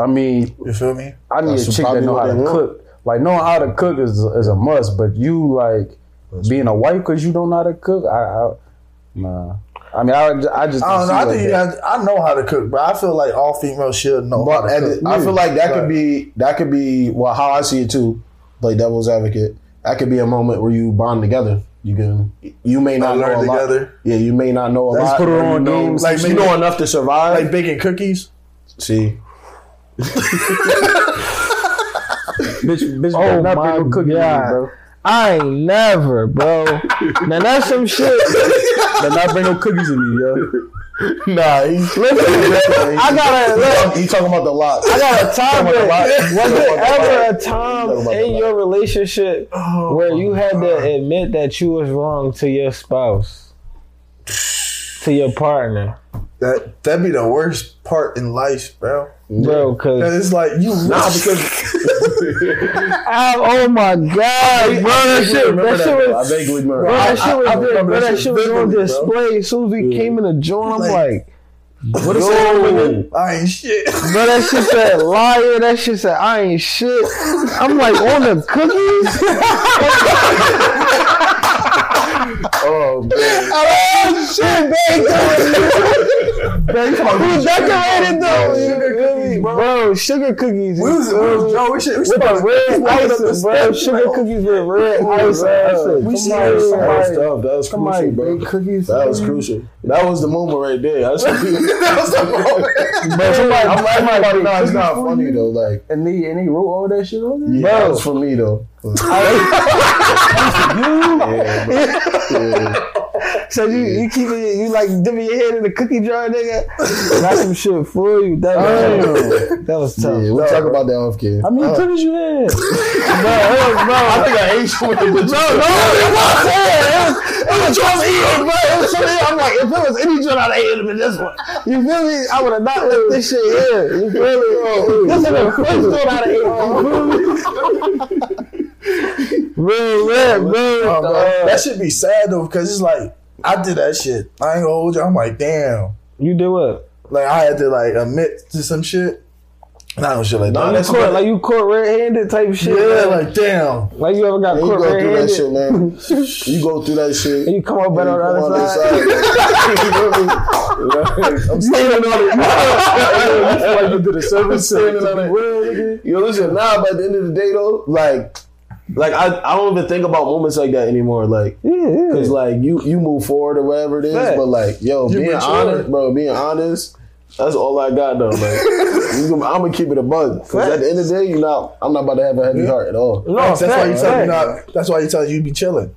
Speaker 2: I mean,
Speaker 4: You feel me?
Speaker 2: I need
Speaker 3: That's
Speaker 2: a chick that
Speaker 3: probably
Speaker 2: Uh, know
Speaker 3: what
Speaker 2: how
Speaker 3: they
Speaker 2: to
Speaker 3: want.
Speaker 2: cook. Like knowing how to cook is is a must, but you like being a wife because you don't know how to cook. I, I nah. I mean, I, would- I just
Speaker 4: I don't know.
Speaker 2: see
Speaker 4: I
Speaker 2: like
Speaker 4: think you
Speaker 2: that.
Speaker 4: have, I know how to cook, but I feel like all females should know. how
Speaker 3: But
Speaker 4: to
Speaker 3: at
Speaker 4: cook.
Speaker 3: the, I feel like that
Speaker 4: Right.
Speaker 3: could be that could be well how I see it too. Play devil's advocate. That could be a moment where you bond together. You can you may not know
Speaker 4: learn
Speaker 3: a lot.
Speaker 4: together.
Speaker 3: Yeah, you may not know a
Speaker 4: Let's
Speaker 3: lot.
Speaker 2: put her
Speaker 3: but you
Speaker 2: on
Speaker 3: know-
Speaker 2: games.
Speaker 3: Like you
Speaker 4: Maybe-
Speaker 3: know enough to survive.
Speaker 4: like baking cookies.
Speaker 3: see,
Speaker 2: bitch, bitch,
Speaker 1: Oh
Speaker 2: oh not
Speaker 1: my
Speaker 2: my no cooking,
Speaker 1: God.
Speaker 2: bro.
Speaker 1: I ain't never, bro. now that's some shit.
Speaker 2: Better not bring no cookies to me, yo.
Speaker 3: nah, he's,
Speaker 1: I gotta look.
Speaker 3: he talking about the lot.
Speaker 1: I got a time
Speaker 3: Talking about
Speaker 1: that
Speaker 3: the
Speaker 1: was
Speaker 3: lot.
Speaker 1: there
Speaker 3: Talking about
Speaker 1: ever a Oh time
Speaker 3: the lot. Talking about
Speaker 1: in
Speaker 3: the
Speaker 1: your relationship where you had to admit that you was wrong to your spouse, to your partner,
Speaker 4: That that'd be the worst part in life, bro.
Speaker 1: bro? Cause
Speaker 4: And it's like you nah,
Speaker 1: I, oh my god, bro, that shit, that shit
Speaker 3: I
Speaker 1: was.
Speaker 3: vaguely remember.
Speaker 1: Bro, that
Speaker 3: I-
Speaker 1: shit was,
Speaker 3: I- I remember
Speaker 1: bro, that
Speaker 3: shit
Speaker 1: shit was on
Speaker 3: vividly, bro.
Speaker 1: display. As soon as we came in the joint, I'm like,
Speaker 3: What is that?
Speaker 4: I ain't shit.
Speaker 1: bro, that shit said liar. That shit said I ain't shit. I'm like on the cookies.
Speaker 2: Oh, man.
Speaker 1: oh shit, Who decorated though? Sugar cookies, bro. Sugar cookies.
Speaker 4: We was, we was,
Speaker 1: with
Speaker 4: yo, uh, we should, we should
Speaker 1: the red
Speaker 4: walking up the
Speaker 1: ice, bro.
Speaker 4: steps,
Speaker 1: Sugar
Speaker 4: like,
Speaker 1: cookies with red ice.
Speaker 2: we
Speaker 1: Come
Speaker 2: should-
Speaker 1: on, somebody-
Speaker 3: That was tough. That was
Speaker 2: Somebody
Speaker 3: crucial, bro.
Speaker 2: bake cookies.
Speaker 3: That was crucial. That was the moment right there. That's that was the moment.
Speaker 1: bro, somebody-
Speaker 3: I'm laughing about it.
Speaker 1: somebody-
Speaker 3: Nah, it's not funny though. Like.
Speaker 2: and they and they wrote all that shit on there.
Speaker 3: Yeah,
Speaker 1: Bro.
Speaker 3: that was for me though. yeah, bro. Yeah.
Speaker 1: So you you keep it, you like dipping your head in the cookie jar, nigga. Got some shit for you. That was tough. That was tough.
Speaker 3: Yeah, we'll talk about that off camera.
Speaker 2: How many cookies you had?
Speaker 1: Bro, it was- bro,
Speaker 3: I think I ate something with
Speaker 1: No, no, it was It was, it was just eating, bro. It was so eating. I'm like, if it was any joint, I'd have eaten in this one. You feel me? I would have not left this shit here. You feel me? This is the first joint I'd have eaten. Real, real,
Speaker 4: bro,
Speaker 1: real.
Speaker 4: that should be sad though, because it's like I did that shit. I ain't gonna hold you. I'm like, damn.
Speaker 1: You did what?
Speaker 4: Like I had to like admit to some shit. Not no shit like
Speaker 3: Nah,
Speaker 4: that.
Speaker 3: that's
Speaker 1: Caught, like you caught red-handed type shit.
Speaker 4: yeah, like damn.
Speaker 1: Like you ever got
Speaker 3: You
Speaker 1: caught
Speaker 3: go through that shit,
Speaker 1: red-handed
Speaker 3: man. You go through that shit.
Speaker 1: and you come up better
Speaker 3: You
Speaker 1: on the
Speaker 3: come
Speaker 1: other side.
Speaker 3: side. I'm standing on it.
Speaker 2: like you did a service.
Speaker 3: Standing on it. Yo, listen, nah, but at the end of the day though, like like I, I don't even think about moments like that anymore. Like
Speaker 1: Yeah,
Speaker 3: Cause like you you move forward or whatever it is,
Speaker 1: Facts.
Speaker 3: but like yo, being
Speaker 4: mature.
Speaker 3: honest, bro, being honest, that's all I got though. Like I'm gonna keep it a bug. Cause at the end of the day, you not I'm not about to have a heavy heart at all.
Speaker 1: No,
Speaker 4: that's why you
Speaker 1: facts,
Speaker 4: tell you
Speaker 1: facts.
Speaker 4: not. That's why you tell you be chilling.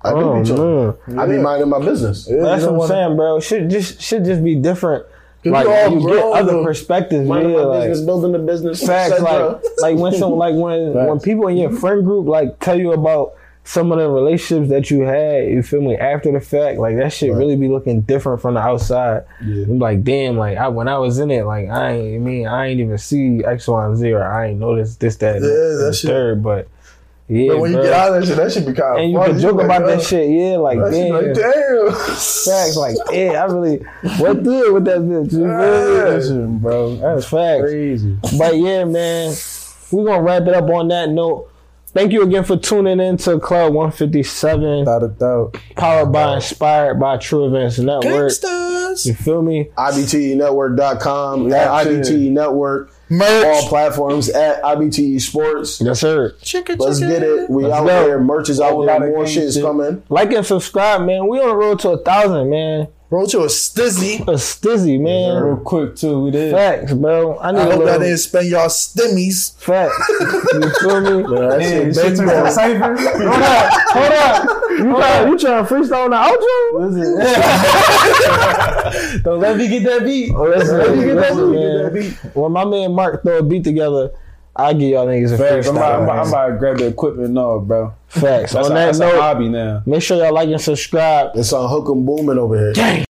Speaker 3: I do
Speaker 1: Oh,
Speaker 3: be chilling.
Speaker 1: man.
Speaker 3: I be minding my business.
Speaker 4: Yeah,
Speaker 1: That's
Speaker 4: you
Speaker 1: what
Speaker 4: don't
Speaker 1: I'm saying,
Speaker 4: wanna-
Speaker 1: bro. Should just should just be different.
Speaker 4: we
Speaker 1: Like
Speaker 4: all
Speaker 1: you get
Speaker 4: grown,
Speaker 1: other
Speaker 4: though.
Speaker 1: perspectives, yeah.
Speaker 3: Minding my
Speaker 1: Like
Speaker 3: business, building the business.
Speaker 1: facts,
Speaker 3: et
Speaker 1: like
Speaker 3: cetera.
Speaker 1: like when some like when when people in your friend group like tell you about some of the relationships that you had, you feel me? After the fact, like that shit really be looking different from the outside.
Speaker 3: Yeah.
Speaker 1: I'm like, damn, like I when I was in it, like I ain't I mean I ain't even see X, Y, and Z, or I ain't noticed this, that, and
Speaker 4: Yeah,
Speaker 1: the
Speaker 4: that shit-
Speaker 1: third, but yeah,
Speaker 4: But when you
Speaker 1: bro.
Speaker 4: get out of that shit, that should be kind of
Speaker 1: and you can joke about that shit, yeah, like
Speaker 4: uh, That shit
Speaker 1: damn.
Speaker 4: like damn.
Speaker 1: facts. Like, yeah, I really went through it with that bitch. You feel me?
Speaker 2: Listen, bro,
Speaker 1: That's facts.
Speaker 2: crazy.
Speaker 1: But yeah, man, we're gonna wrap it up on that note. Thank you again for tuning in to Club 157,
Speaker 2: Without a doubt.
Speaker 1: powered by Inspired by True Events Network.
Speaker 4: Gangsters.
Speaker 3: Sports,
Speaker 1: You feel me?
Speaker 3: E IBTNetwork.com, at
Speaker 2: That's it.
Speaker 3: IBTE E Network, all
Speaker 4: Merch.
Speaker 3: platforms at IBTE E Sports.
Speaker 1: Yes, sir.
Speaker 4: Chicken,
Speaker 3: Let's
Speaker 4: chicken.
Speaker 3: get it. We
Speaker 1: Let's
Speaker 3: out
Speaker 1: go.
Speaker 3: there. Merch is out
Speaker 2: Whole
Speaker 3: there.
Speaker 2: lot of
Speaker 3: More
Speaker 2: gang
Speaker 3: shit is
Speaker 2: shit.
Speaker 3: coming.
Speaker 1: Like and subscribe, man. We on the road to a thousand, man.
Speaker 4: Roll to a stizzy.
Speaker 1: A stizzy, man.
Speaker 2: Real quick too, we did.
Speaker 1: Facts, bro. I need
Speaker 4: I
Speaker 1: a
Speaker 4: hope
Speaker 1: little
Speaker 4: that didn't spend y'all stimmies.
Speaker 1: facts. You feel me?
Speaker 3: That
Speaker 2: Yeah, you
Speaker 3: shit big,
Speaker 2: should
Speaker 3: bro.
Speaker 2: turn the cipher.
Speaker 1: Hold up, hold up. You trying, you trying to freestyle on the outro?
Speaker 2: Don't let me get that beat.
Speaker 1: Oh, Listen,
Speaker 2: Let me get that
Speaker 1: listen,
Speaker 2: beat. Get that
Speaker 1: man.
Speaker 2: beat.
Speaker 1: When my man Mark throw a beat together, I give y'all niggas a
Speaker 2: Facts. I'm about,
Speaker 1: freestyle.
Speaker 2: I'm, about, I'm about to grab the equipment and all, bro.
Speaker 1: Facts.
Speaker 2: That's,
Speaker 1: On
Speaker 2: a,
Speaker 1: that
Speaker 2: that's a
Speaker 1: note,
Speaker 2: hobby now.
Speaker 1: make sure y'all like and subscribe.
Speaker 3: It's on Hook 'em Booming over here.